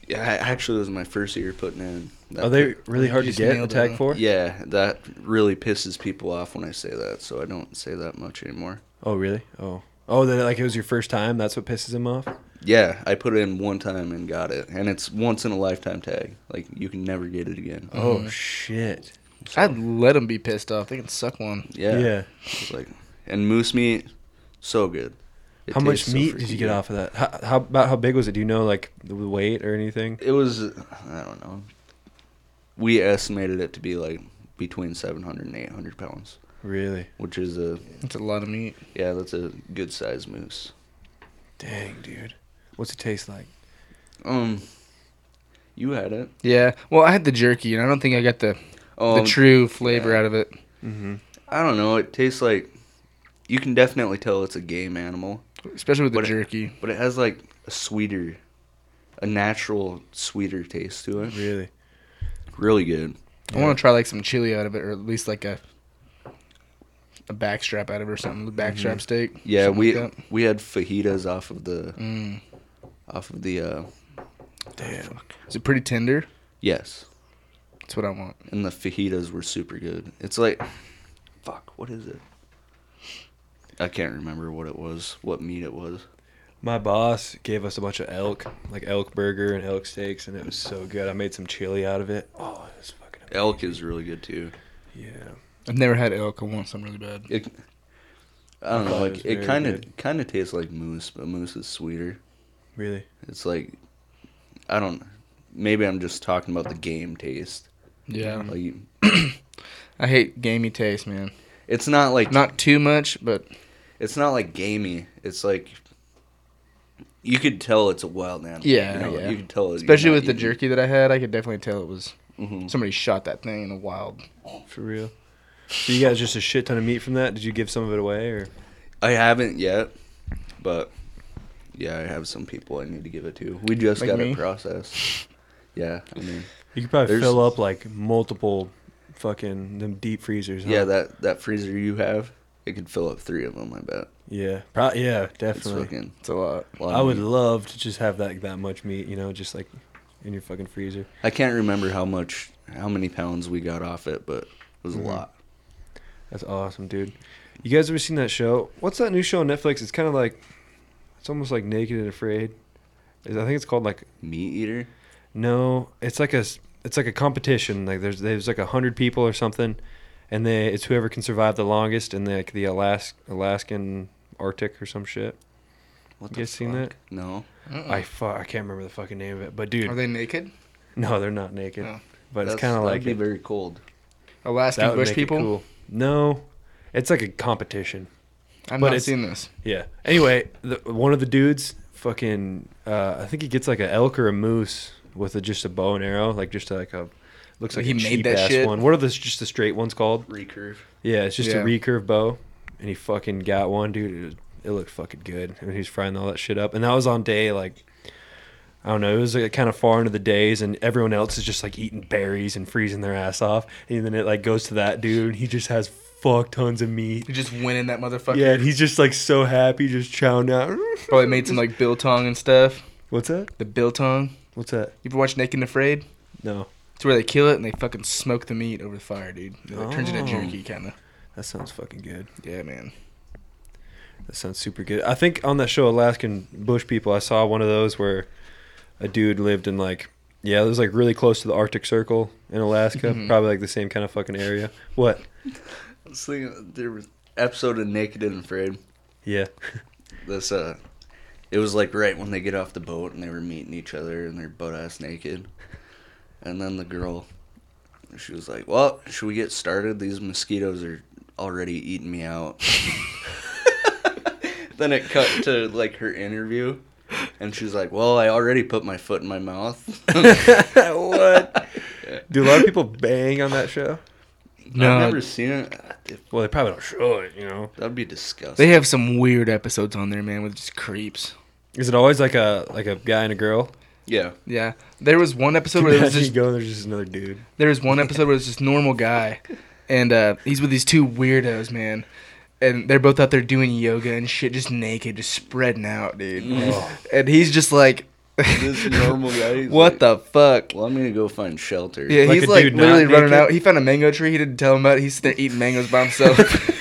Yeah, I, actually, it was my first year putting in. That
Are Oh, they really hard to
just
get a
nailed it,
tag
huh?
for?
Yeah, that really pisses people off when I say that, so I don't say that much anymore.
Oh, really? Oh. Oh, that like it was your first time. That's what pisses him off.
Mm-hmm.
Yeah, I put it in one time and got it, and it's once in a lifetime tag. Like you can never get it again.
Oh shit.
I'd let them be pissed off. They can suck one.
Yeah,
yeah.
it's like and moose meat, so good. It
how much
tastes so
meat did you get
freaking good.
off of that? How, how about how big was it? Do you know like the weight or anything?
It was I don't know. We estimated it to be like between 700 and 800 pounds,
Really?
which is a
That's a lot of meat.
yeah, that's a good sized moose.
Dang, dude. What's it taste like?
Um, you had it.
Yeah. Well, I had the jerky, and I don't think I got the
Um,
the true flavor out of it.
Mm-hmm.
I don't know. It tastes like you can definitely tell it's a game animal,
Especially with the
What it-
jerky.
but it has like a sweeter, a natural sweeter taste to it.
Really?
Really good.
I want to try like some chili out of it, or at least like a a backstrap out of it or something. The backstrap steak.
Mm-hmm. Yeah,
something
we
like that.
we had fajitas off of the
Mm.
off of the uh
Damn.
Is it pretty tender?
yes,
That's what I want.
and the fajitas were super good. It's like, fuck, what is it? I can't remember what it was, what meat it was.
My boss gave us a bunch of elk, like elk burger and elk steaks, and it was so good. I made some chili out of it. Oh, it was fucking.
Elk is really good too.
Yeah.
I've never had elk. I want some really bad.
It, I don't
I
know,
thought it
like
was
it
very
kind of
good.
kind of tastes like moose, but moose is sweeter.
Really?
It's like I don't. Maybe I'm just talking about the game taste.
Yeah.
Like
I hate gamey taste, man.
it's not like
Not too much, but
it's not like gamey. It's like you could tell it's a wild animal.
Yeah,
you, know,
yeah.
you could tell.
especially with the jerky that I had, I could definitely tell it was
hmm
somebody shot that thing in the wild.
For real? So you got just a shit ton of meat from that? Did you give some of it away or?
I haven't yet, but yeah, I have some people I need to give it to. We just
Like
got
me?
it processed. Yeah, I mean,
You could probably
There's-
fill up like multiple fucking them deep freezers. Huh?
yeah, that that freezer you have, it could fill up three of them. I bet.
yeah, Pro- yeah,
It's
definitely.
fucking.
It's a lot.
a lot
I
of
would
meat.
love to just have that that much meat, you know, just like in your fucking freezer.
I can't remember how much, how many pounds we got off it, but it was a
Mhm.
lot.
That's awesome, dude. You guys ever seen that show? What's that new show on Netflix? It's kind of like, it's almost like Naked and Afraid. Is- I think it's called like
Meat eater.
No, it's like a s- it's like a competition. Like there's there's like a hundred people or something, and they it's whoever can survive the longest in like the Alaska Alaskan Arctic or some shit.
What
You guys seen that?
No,
I fu- I can't remember the fucking name of it, but
Are
dude,
they naked?
no, they're not naked,
No.
but it's
That's-
kind of
that'd
like
be
it.
very cold.
Alaskan
That would
bush
make it
people?
cool. No, it's like a competition.
I've
But
not
it's-
seen this.
Yeah. Anyway, the, one of the dudes, fucking, uh, I think he gets like an elk or a moose with a, just a bow and arrow, like just like a looks
So
like
he
a
made
cheap
that
ass
shit?
one. What are the just the straight ones called?
Recurve.
Yeah, it's just
Yeah.
a recurve bow, and he fucking got one, dude. It, it looked fucking good. I mean, he was frying all that shit up, and that was on day like I don't know. It was like, kind of far into the days, and everyone else is just like eating berries and freezing their ass off. And then it like goes to that dude. and He just has fuck tons of meat.
You just winning that motherfucker.
Yeah, and he's just like so happy, just chowing down.
Probably made some like biltong and stuff.
What's that?
The biltong.
What's that?
You ever watch Naked and Afraid?
No,
It's where they kill it and they fucking smoke the meat over the fire, dude. It like, turns into
Oh.
jerky, kind of.
that sounds fucking good.
Yeah, man.
That sounds super good. I think on that show Alaskan Bush People, I saw one of those where a dude lived in like yeah, it was like really close to the Arctic Circle in Alaska,
Mhm.
probably like the same kind of fucking area. What?
I was thinking there was episode of Naked and Afraid.
Yeah.
This uh, it was like right when they get off the boat and they were meeting each other and they're butt ass naked, and then the girl, she was like, "Well, should we get started? These mosquitoes are already eating me out." then it cut to like her interview, and she's like, "Well, I already put my foot in my mouth."
what? Do a lot of people bang on that show?
No.
I've never seen it.
Well, they probably don't show it, you know.
That'd be disgusting.
They have some weird episodes on there, man, with just creeps.
Is it always like a like a guy and a girl?
yeah,
Yeah, there was one episode where there was
Imagine you
just
go and there's just another dude.
there was one episode where it was this normal guy, and uh, he's with these two weirdos, man, and they're both out there doing yoga and shit, just naked, just spreading out, dude. And he's just like,
this normal guy. he's
what
like,
the fuck?
Well, I'm gonna go find shelter.
Yeah,
Like
he's
a
like
dude not
literally running
naked?
out. He found a mango tree. He didn't tell him about it. He's sitting there eating mangoes by himself.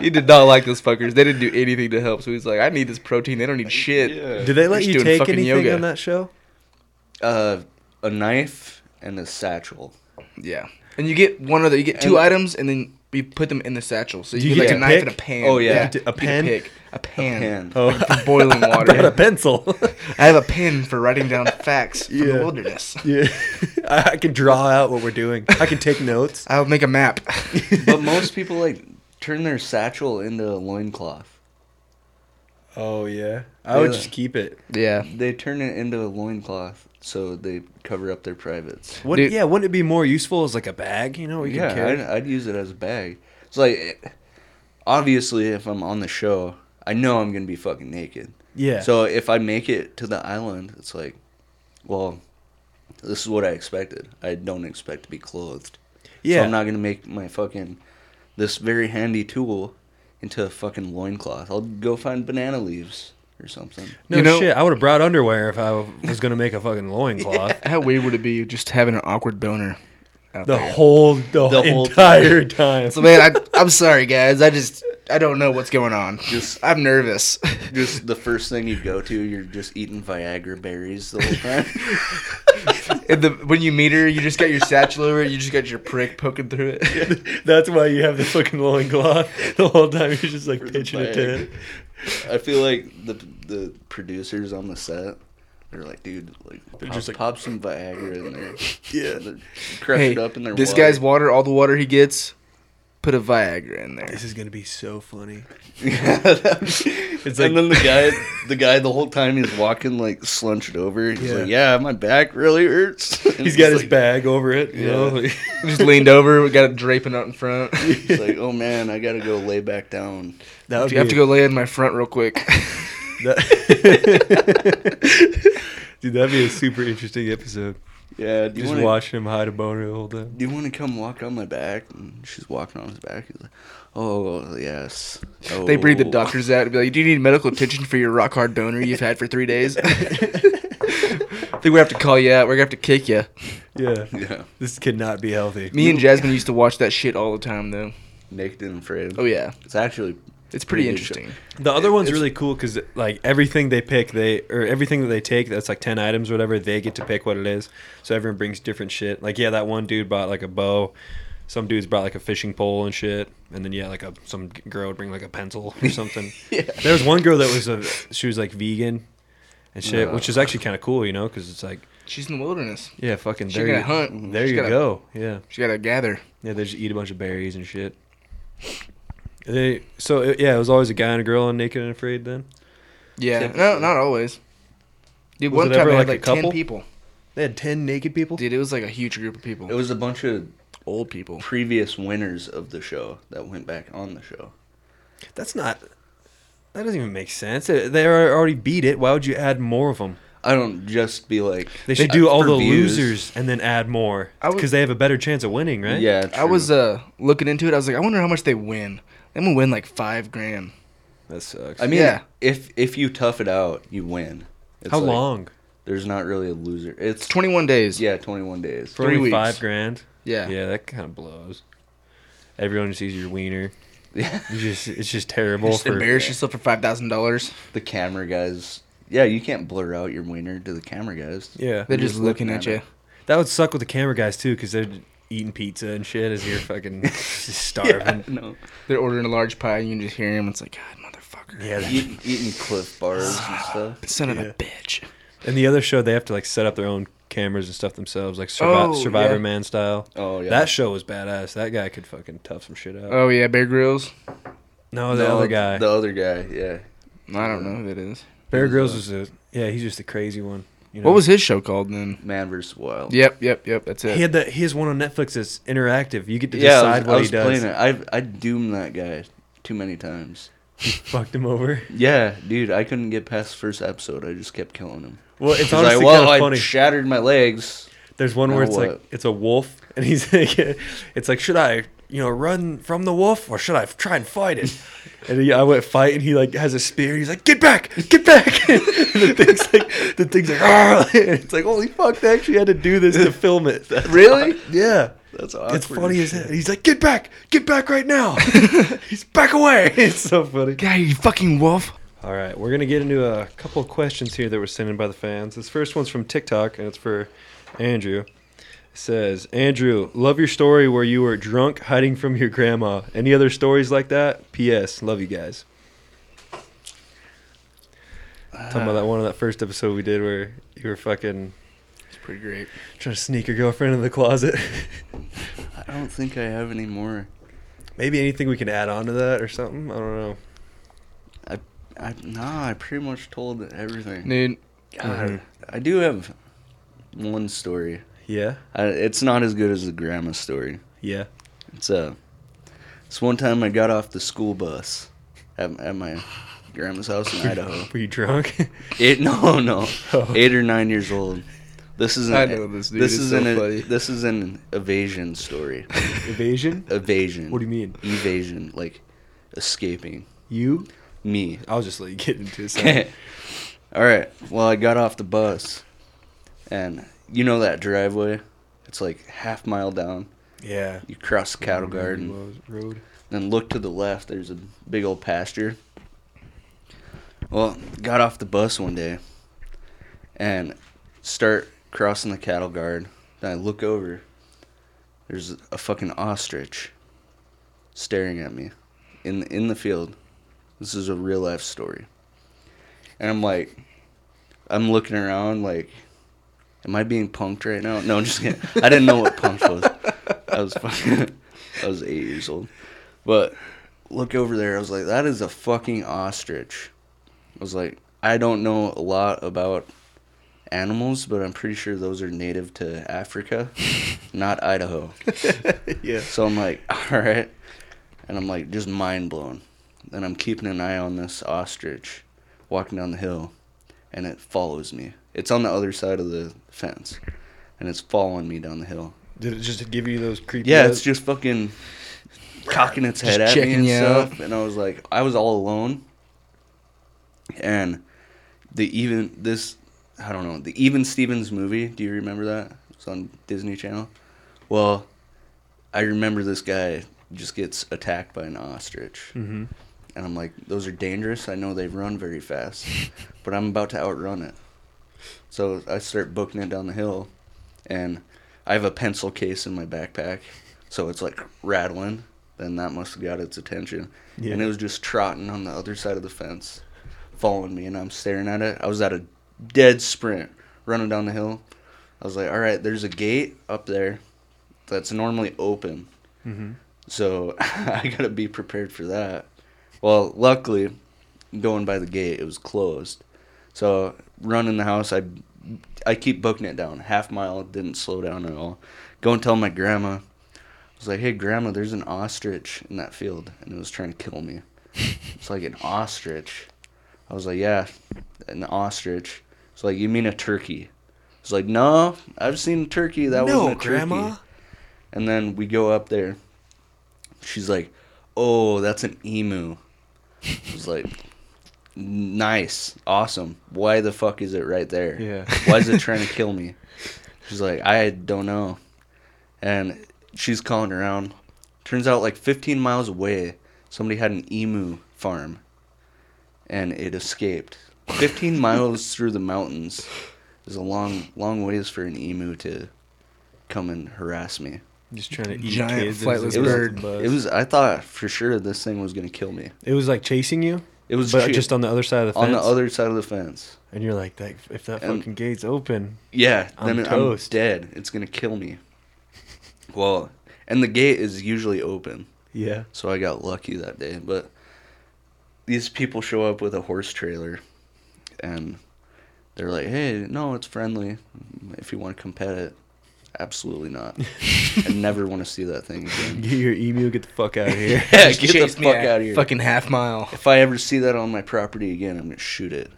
he did not like those fuckers. They didn't do anything to help. So he's like, I need this protein. They don't need shit.
Do they let
Just
you
doing
take
fucking
anything
yoga.
on that show?
Uh, a knife and a satchel.
Yeah. And you get one other. You get two
And-
items, and then you put them in the satchel. So
Do
you,
you get
get, like a
to
knife
pick?
and a pan.
Oh, yeah.
You get to- a
You get to
pen?
pick. A pan.
Pan.
Oh,
For boiling
I brought a
water.
pencil.
I have a pen for writing down facts from
Yeah.
the wilderness.
yeah, I, I can draw out what we're doing. I can take notes.
I'll make a map.
But most people like turn their satchel into a loincloth.
Oh yeah, I would
Yeah.
just keep it.
yeah.
They turn it into a loincloth so they cover up their privates.
What?
Dude.
Yeah, wouldn't it be more useful as like a bag? You know, we
yeah,
can carry.
I'd, I'd use it as a bag. It's like, eh, obviously, if I'm on the show, I know I'm gonna be fucking naked.
yeah.
So if I make it to the island, it's like, well, this is what I expected. I don't expect to be clothed.
yeah.
So I'm not gonna make my fucking this very handy tool into a fucking loincloth. I'll go find banana leaves or something.
no
you know-
shit. I would have brought underwear if I was gonna make a fucking loincloth.
How weird would it be just having an awkward boner? Out
The
there?
whole the,
whole
entire time.
So man, I, I'm sorry guys. I just I don't know what's going on.
Just-
I'm nervous.
Just the first thing you go to, you're just eating Viagra berries the whole time.
And the, when you meet her, you just got your satchel over it. You just got your prick poking through it.
That's why you have the fucking loincloth the whole time. You're just like
the
pitching it
bag.
to it.
I feel like the the producers on the set. They're like, dude, like, pop,
just like-
pop some Viagra in there.
Yeah.
They're- crush
Hey,
it up in their
this
water.
guy's water, all the water he gets, put a Viagra in there.
This is gonna be so funny.
it's
like-
and then the guy, the guy, the whole time he's walking like slunched over. He's
Yeah.
like, "Yeah, my back really hurts."
He's got his bag over it. You know?
Just leaned over, got it draping out in front.
He's like, "Oh man, I gotta go lay back down."
that would
you have
be-
to go lay in my front real quick.
That- Dude, that'd be a super interesting episode.
Yeah, do you
Just
wanna,
watching him hide a boner the whole time.
Do you want to come walk on my back? And she's walking on his back. He's like, "Oh yes." Oh.
They breathe the doctors out and be like, "Do you need medical attention for your rock hard boner you've had for three days?" I think we have to call you out. We're gonna have to kick you.
Yeah.
Yeah,
This could not be healthy.
Me and Jasmine used to watch that shit all the time, though.
naked and afraid.
Oh yeah,
It's actually
it's pretty
Really good show.
interesting.
The other one's
it's-
really cool because like everything they pick, they or everything that they take that's like ten items or whatever, they get to pick what it is. So everyone brings different shit. Like yeah, that one dude bought like a bow. Some dudes brought like a fishing pole and shit, and then yeah, like a some girl would bring like a pencil or something.
Yeah.
There was one girl that was a she was like vegan and shit,
No.
which is actually kind of cool, you know, because it's like
She's in the wilderness.
yeah, fucking
She
there you mm,
gotta hunt.
there
She
you
gotta-
go, yeah.
She gotta gather.
Yeah, they just eat a bunch of berries and shit. They so it- yeah, it was always a guy and a girl on Naked and Afraid. Then
Yeah,
Typically.
no, not always. Dude,
Was
one
it
time
ever
I had
like a
like ten
couple?
people.
they had ten naked people.
Dude, it was like a huge group of people.
it was a bunch of
old people.
previous winners of the show that went back on the show.
That's not. That doesn't even make sense. They they already beat it. Why would you add more of them?
I don't just be like
They should do all
for
the
views.
losers and then add more
I would-
because they have a better chance of winning, right?
Yeah,
I was uh, looking into it. I was like, I wonder how much they win. I'm gonna win like five grand.
that sucks.
I mean,
yeah.
if if you tough it out, you win. It's
How
like,
long?
There's not really a loser. It's
21 days.
yeah, 21 days.
For
three
only
weeks.
five grand.
Yeah.
Yeah, that kind of blows. Everyone just sees your wiener.
Yeah.
You just it's just terrible
Just
for
embarrass yourself for five thousand dollars.
The camera guys. Yeah, you can't blur out your wiener to the camera guys.
Yeah,
They're
You're
just looking at you.
it.
that would suck with the camera guys too because they're eating pizza and shit as you're fucking starving.
No.
They're ordering a large pie, and you can just hear him. It's like, God, motherfucker.
Yeah.
Eat, eating cliff bars and stuff.
Son of
Yeah.
a bitch.
And the other show they have to like set up their own cameras and stuff themselves, like Survi-
Oh,
Survivor
yeah.
Man style.
Oh yeah. Uh,
That show was badass. That guy could fucking tough some shit out.
Oh yeah, Bear Grylls.
no, the other guy.
The other guy. Yeah.
I don't know who that is.
Bear
was,
Grylls
uh,
was a yeah. He's just the crazy one. You know?
What was his show called then?
Man vs. Wild.
Yep, yep, yep. That's
He
it.
had that. He has one on Netflix that's interactive. You get to
Yeah.
decide
I was,
what
I was
he does.
playing it. I I doomed that guy too many times.
Fucked him over.
Yeah, dude. I couldn't get past the first episode. I just kept killing him.
Well, it's
'Cause I-
honestly
well,
kind
I
of funny.
shattered my legs.
There's one where
Now
it's like
what?
it's a wolf, and he's like, it's like, should I, you know, run from the wolf or should I try and fight it? And he, I went fight, and he like has a spear. He's like, get back, get back. and the thing's like, the thing's like, "Arr!" And it's like, holy fuck, they actually had to do this to film it.
Really?
yeah.
That's
It's funny as hell. He's like, get back, get back right now. He's back away. It's so funny.
Guy, you fucking wolf.
All right, we're gonna get into a couple of questions here that were sent in by the fans. This first one's from TikTok, and it's for Andrew. It says, Andrew, love your story where you were drunk hiding from your grandma. Any other stories like that? P.S. Love you guys. Talking about that one of that first episode we did where you were fucking
It's pretty great.
trying to sneak your girlfriend in the closet.
I don't think I have any more.
Maybe anything we can add on to that or something. I don't know.
I, nah, I pretty much told everything.
Dude,
God, I do have one story.
Yeah,
I, it's not as good as the grandma story.
yeah.
It's uh, it's one time I got off the school bus at, at my grandma's house in Idaho.
Were you drunk?
Eight, no, no,
Oh.
eight or nine years old. This is an,
I know this dude, it's
is
so
an
funny.
this is an evasion story.
Mm-hmm.
Evasion?
Evasion.
What do you mean?
Evasion, like escaping
You?
me.
I'll just let you get into it. sorry.
All right. Well, I got off the bus, and you know that driveway. It's like half mile down.
yeah.
You cross the cattle garden,
Road.
then look to the left. There's a big old pasture. Well, got off the bus one day, and start crossing the cattle guard. Then I look over. There's a fucking ostrich staring at me in in the field. This is a real life story. And I'm like, I'm looking around like, am I being punked right now? No, I'm just kidding. I didn't know what punked was. I was fucking, I was eight years old. But look over there. I was like, that is a fucking ostrich. I was like, I don't know a lot about animals, but I'm pretty sure those are native to Africa, not Idaho.
Yeah.
So I'm like, all right. And I'm like, just mind blown. Then I'm keeping an eye on this ostrich walking down the hill, and it follows me. It's on the other side of the fence, and it's following me down the hill.
Did it just give you those creepy?
Yeah, it's just fucking cocking its head at me
checking
and
you
stuff. And I was like, I was all alone. And the even this, I don't know, the Even Stevens movie. Do you remember that? It's on Disney Channel. Well, I remember this guy just gets attacked by an ostrich.
Mm-hmm.
Mhm.
And I'm like, those are dangerous. I know they run very fast, but I'm about to outrun it. So I start booking it down the hill, and I have a pencil case in my backpack, so it's like rattling. Then that must have got its attention,
Yeah.
and it was just trotting on the other side of the fence, following me. And I'm staring at it. I was at a dead sprint, running down the hill. I was like, "All right, there's a gate up there that's normally open,
Mhm.
so I gotta be prepared for that." Well, luckily, going by the gate, it was closed. So running the house, I I keep booking it down. Half mile didn't slow down at all. Go and tell my grandma. I was like, "Hey, grandma, there's an ostrich in that field, and it was trying to kill me." It's like an ostrich. I was like, yeah, an ostrich. It's like, you mean a turkey? It's like, no, I've seen a turkey. That wasn't a turkey. And then we go up there. She's like, oh, that's an emu. I was like, nice, awesome. Why the fuck is it right there?
Yeah.
Why is it trying to kill me? She's like, I don't know. And she's calling around. Turns out, like 15 miles away, somebody had an emu farm and it escaped. 15 miles through the mountains is a long, long ways for an emu to come and harass me.
Just trying to
eat Giant kids and flightless
It was, it was. I thought for sure this thing was gonna kill me.
It was like chasing you,
It was
but
che-
just on the other side of the
on
fence.
the other side of the fence.
and you're like, that, if that
And-
fucking gate's open,
Yeah,
I'm
then
toast.
I'm dead. It's gonna kill me. Well, and the gate is usually open,
yeah,
so I got lucky that day. But these people show up with a horse trailer, and they're like, "Hey, no, it's friendly. If you want to come pet it, absolutely not. I never want to see that thing again.
get your emu, get the fuck out of here.
Yeah,
Just
get the
chase me
fuck
at
out of here.
Fucking half mile.
If I ever see that on my property again, I'm gonna shoot it.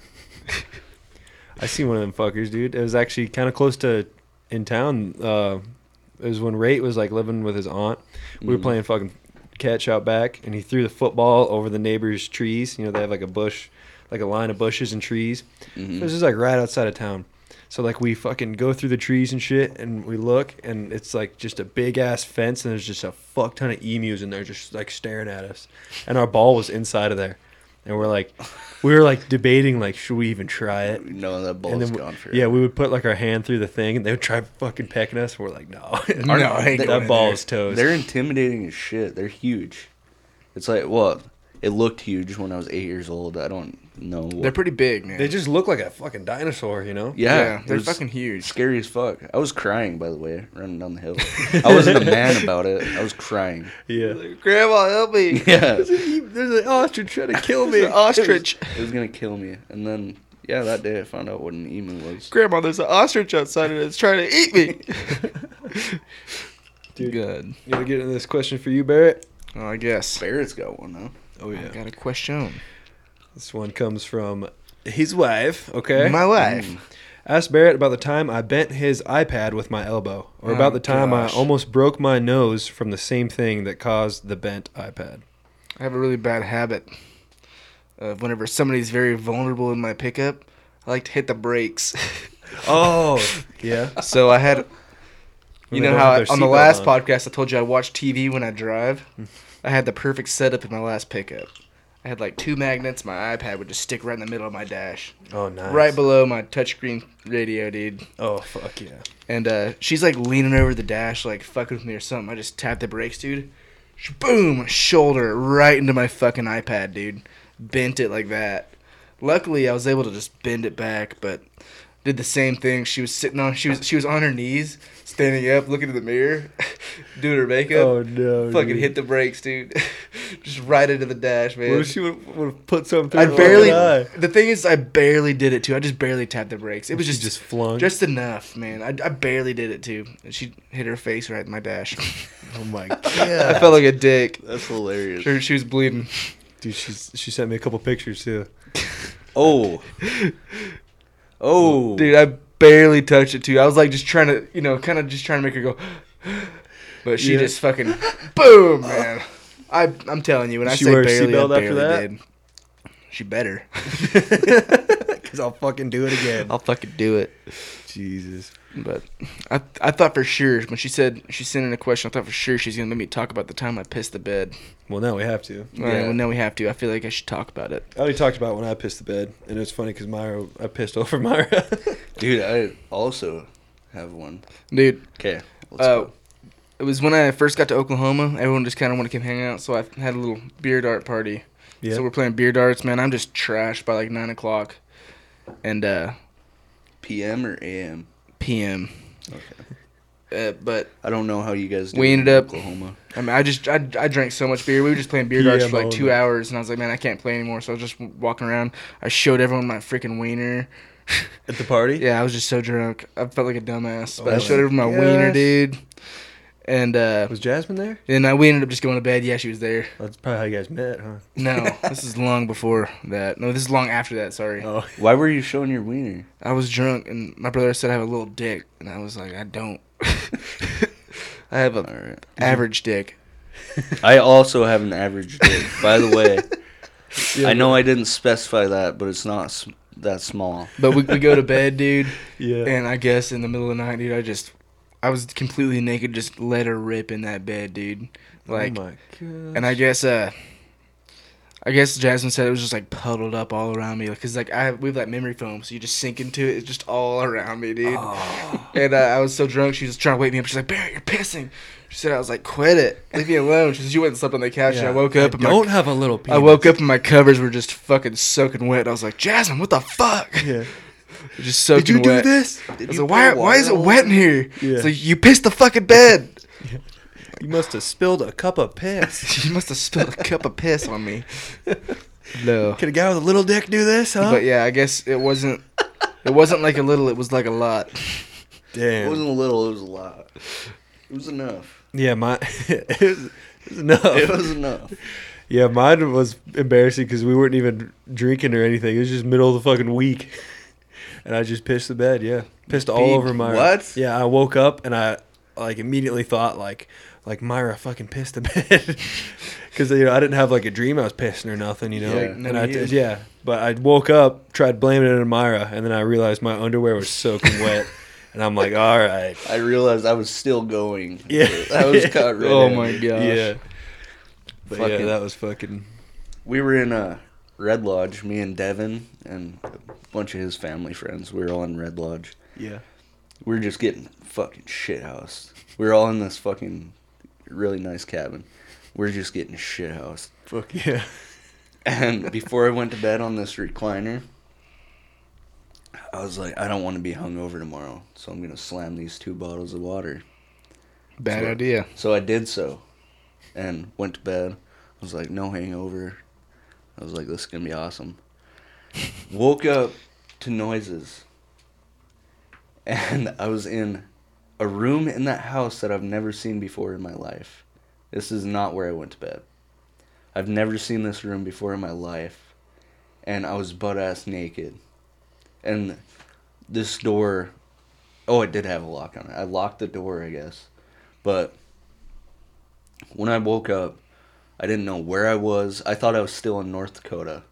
I seen one of them fuckers, dude. It was actually kind of close to in town. Uh, it was when Rate was like living with his aunt. We were
Mhm.
playing fucking catch out back, and he threw the football over the neighbor's trees. You know, they have like a bush, like a line of bushes and trees.
Mhm.
This is like right outside of town. So like we fucking go through the trees and shit, and we look, and it's like just a big ass fence, and there's just a fuck ton of emus in there, just like staring at us. And our ball was inside of there, and we're like, we were like debating, like, should we even try it?
No, that
And
ball's
then we-
gone for
yeah, we would put like our hand through the thing, and they would try fucking pecking us. We're like, no,
No, I ain't going
that
in
ball
there.
is toast.
They're intimidating as shit. They're huge. It's like well, it looked huge when I was eight years old. I don't know. What,
They're pretty big, man.
They just look like a fucking dinosaur, you know?
yeah, it
they're
was
fucking huge.
scary as fuck. I was crying by the way, running down the hill. I wasn't a man about it. I was crying.
Yeah.
Grandma, help me.
Yeah,
There's an ostrich trying to kill
There's an ostrich.
it was gonna kill me. And then yeah, that day I found out what an emu was.
Grandma, there's an ostrich outside and it's trying to eat me.
Dude.
Good.
You want to get into this question for you, Barrett?
Well, I guess.
Barrett's got one though.
Oh
I got a question.
This one comes from his wife. Okay. Hmm.
My wife.
Asked Barrett about the time I bent his iPad with my elbow, or
Oh,
about the time
gosh.
I almost broke my nose from the same thing that caused the bent iPad.
I have a really bad habit of whenever somebody's very vulnerable in my pickup, I like to hit the brakes.
Oh, yeah.
so I had, you
they
know
don't
how
have
I,
their
on the
seatbelt
last
on. Hmm.
podcast I told you I watch TV when I drive. I had the perfect setup in my last pickup. I had like two magnets. My iPad would just stick right in the middle of my dash,
Oh, nice.
right below my touchscreen radio, dude.
Oh, fuck yeah.
And uh, she's like leaning over the dash, like fucking with me or something. I just tapped the brakes, dude. Sh- Boom! Shoulder right into my fucking iPad, dude. Bent it like that. Luckily, I was able to just bend it back, but did the same thing. She was sitting on she was she was on her knees, standing up, looking in the mirror, doing her makeup.
Oh no!
fucking
dude.
hit the brakes, dude. just right into the dash, man.
What if she would would have put something?
I
through her fucking
barely.
eye?
The thing is, I barely did it too. I just barely tapped the brakes. It was
She
just
just flung.
just enough, man. I, I barely did it too. And she hit her face right in my dash.
oh my
I
god!
felt like a dick.
That's hilarious.
Her, she was bleeding.
Dude, she's she sent me a couple pictures too.
Oh. Oh.
Dude, I barely touched it too. I was like just trying to, you know, kind of just trying to make her go. But she
Yeah.
just fucking boom, man. I I'm telling you, when I
Did she
say
wear a
barely, I
seatbelt
barely
after that?
did. She better.
Cause I'll fucking do it again.
I'll fucking do it.
Jesus.
But I I thought for sure when she said she sent in a question, I thought for sure she's gonna make me talk about the time I pissed the bed.
Well, now we have to.
All right, well now we have to. I feel like I should talk about it.
I already talked about when I pissed the bed, and it was funny because Myra, I pissed over Myra.
Dude, I also have one.
Dude,
Okay. Let's
Uh, it was when I first got to Oklahoma. Everyone just kind of wanted to come hang out, so I had a little beer dart party.
Yeah.
So we're playing beer darts, man. I'm just trashed by like nine o'clock, and uh,
PM or AM?
p.m. Okay. Uh, but
I don't know how you guys. Do
We
it
ended
in
up-
Oklahoma.
I mean, I just I, I drank so much beer. We were just playing beer darts
PM
for like two
only.
hours, and I was like, man, I can't play anymore. So I was just walking around. I showed everyone my freaking wiener.
At the party?
Yeah, I was just so drunk. I felt like a dumbass. But I
Oh
showed everyone my
my
wiener,
gosh.
dude. and uh,
Was Jasmine there?
and I, we ended up just going to bed. Yeah, she was there.
That's probably how you guys met, huh?
No, this is long before that. No, this is long after that. Sorry,
Oh,
Why were you showing your wiener?
I was drunk, and my brother said I have a little dick, and I was like, I don't. I have
All
a
right.
average dick.
I also have an average dick, by the way. I know I didn't specify that, but it's not s- that small.
But we, we go to bed, dude,
yeah.
and I guess in the middle of the night, dude, I just, I was completely naked, just let her rip in that bed, dude. Like,
oh my god.
and I guess, uh, I guess Jasmine said it was just like puddled up all around me, because like I we have that memory foam, so you just sink into it, it's just all around me, dude.
Oh.
And uh, I was so drunk, she was trying to wake me up. She's like, Barrett, you're pissing. She said, I was like, quit it, leave me alone. She says, you went and slept on the couch, and I woke up. and my-
don't have a little penis.
I woke up and my covers were just fucking soaking wet. I was like, Jasmine, what the fuck?
Yeah.
Just soaking
Did you do
wet.
this?
I was like, why, why is it wet in here?
Yeah.
It's like, you pissed the fucking bed.
You must have spilled a cup of piss.
you must have spilled a cup of piss on me. No.
Could a guy with a little dick do this, huh?
But yeah, I guess it wasn't. It wasn't like a little. It was like a lot.
It
Damn.
wasn't a little, it was a lot. It was enough.
Yeah, my. it was, it was enough.
Oh.
It was enough.
Yeah, mine was embarrassing because we weren't even drinking or anything. It was just middle of the fucking week, and I just pissed the bed. Yeah, pissed all
Beat-
over Myra.
what?
Yeah, I woke up and I like immediately thought like like Myra fucking pissed the bed because you know I didn't have like a dream I was pissing or nothing. You know,
Yeah.
and
None
I
of you.
yeah, but I woke up, tried blaming it on Myra, and then I realized my underwear was soaking wet, and I'm like, all right,
I realized I was still going.
Yeah.
I was caught right
Oh
in.
my gosh.
yeah. But yeah,
Fucking-
that was fucking.
We were in uh, Red Lodge, me and Devin and a bunch of his family friends. We were all in Red Lodge.
Yeah.
We were just getting fucking shithoused. We were all in this fucking really nice cabin. We we're just getting shithoused.
Fuck yeah.
And before I went to bed on this recliner, I was like, I don't want to be hungover tomorrow, so I'm gonna slam these two bottles of water.
Bad idea.
So I did so, and went to bed. I was like, no hangover. I was like, this is gonna be awesome. Woke up to noises, and I was in a room in that house that I've never seen before in my life. This is not where I went to bed. I've never seen this room before in my life, and I was butt ass naked, and this door. Oh, it did have a lock on it. I locked the door, I guess. But when I woke up, I didn't know where I was. I thought I was still in North Dakota.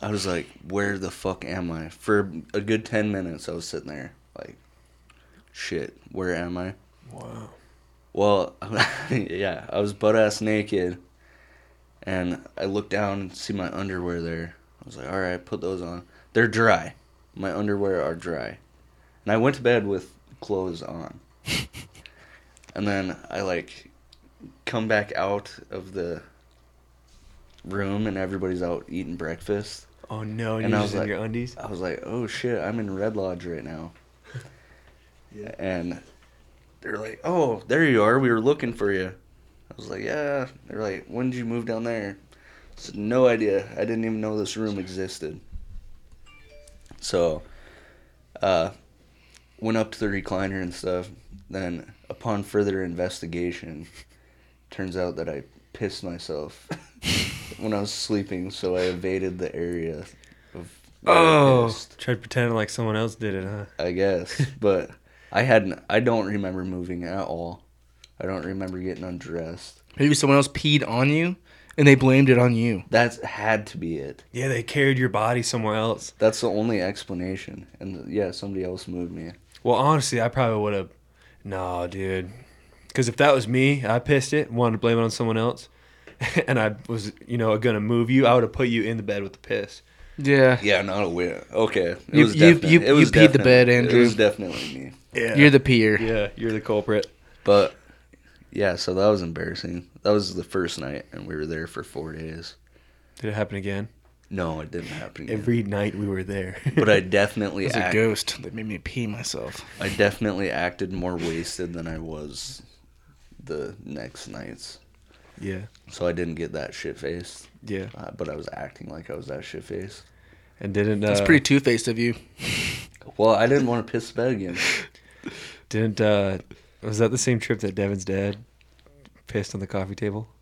I was like, where the fuck am I? For a good 10 minutes, I was sitting there, like, shit, where am I?
Wow.
Well, yeah, I was butt ass naked, and I looked down and see my underwear there. I was like, all right, put those on. They're dry. My underwear are dry, and I went to bed with clothes on. and then I like come back out of the room, and everybody's out eating breakfast.
Oh no! And,
And
you're
I
just
was
in
like-
your undies.
I was like, oh shit, I'm in Red Lodge right now. And they're like, oh, there you are. We were looking for you. I was like, yeah. They're like, when did you move down there? I said, no idea. I didn't even know this room existed. So, uh, went up to the recliner and stuff. Then, upon further investigation, turns out that I pissed myself when I was sleeping, so I evaded the area of where I
Oh,
pissed.
tried pretending like someone else did it, huh?
I guess. But I hadn't. I don't remember moving at all. I don't remember getting undressed.
Maybe someone else peed on you, and they blamed it on you.
That's had to be it.
Yeah, they carried your body somewhere else.
That's the only explanation. And yeah, somebody else moved me.
Well, honestly, I probably would have. No, dude. Because if that was me, I pissed it, wanted to blame it on someone else, and I was, you know, gonna move you. I would have put you in the bed with the piss.
Yeah.
Yeah, not a weird. Okay, it
You-
was
you-
definite-
you-
it was
you peed the
definite-
bed,
It
Andrew.
was definitely me.
Yeah,
You're the peer.
yeah, you're the culprit.
But yeah, so that was embarrassing. That was the first night, and we were there for four days.
Did it happen again?
No, it didn't happen. again.
Every night we were there.
but I definitely
It was
act-
a ghost that made me pee myself.
I definitely acted more wasted than I was the next nights.
yeah,
So I didn't get that shit faced,
yeah,
uh, but I was acting like I was that shit faced.
and didn't. Uh,
That's pretty two faced of you.
Well, I didn't want to piss the bed again.
Didn't uh, Was that the same trip that Devin's dad pissed on the coffee table?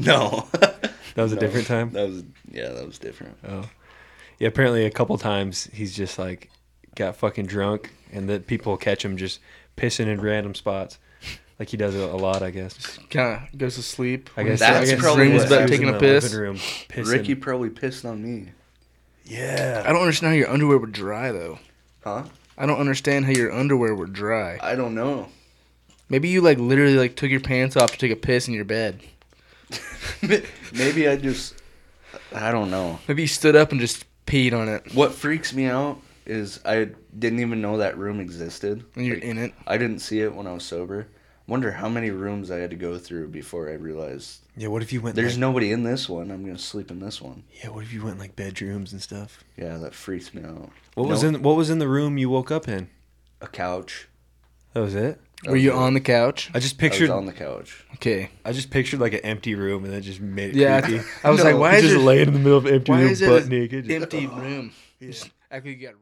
No.
That was a
No.
different time.
That was yeah, that was different.
Oh, yeah. Apparently, a couple times he's just like got fucking drunk, and that people catch him just pissing in random spots, like he does it a lot, I guess.
Kind of goes to sleep.
I guess
That's
I guess
probably
he was
what-
in
taking a
the
piss.
living Room, pissing.
Ricky probably pissed on me.
yeah.
I don't understand how your underwear would dry though.
Huh?
I don't understand how your underwear would dry.
I don't know.
Maybe you like literally like took your pants off to take a piss in your bed.
Maybe I just I don't know.
Maybe you stood up and just peed on it
What freaks me out is I didn't even know that room existed.
and you're
Like,
in it.
I didn't see it when I was sober. Wonder how many rooms I had to go through before I realized
Yeah. What if you went?
there's
There's like,
nobody in this one. I'm gonna sleep in this one.
Yeah. What if you went in, like bedrooms and stuff?
Yeah, that freaks me out.
What was
Nope.
in What was in the room you woke up in?
A couch.
That was it.
That
Were
was
you
it.
on the couch?
I just
I
pictured.
was on the couch.
Okay.
I just pictured like an empty room, and that just made it
Yeah.
creepy.
I was
No,
like, why
You
is
just
it
laying in the middle of empty
why
room,
is it
butt naked. just-
empty room? Just- I think you got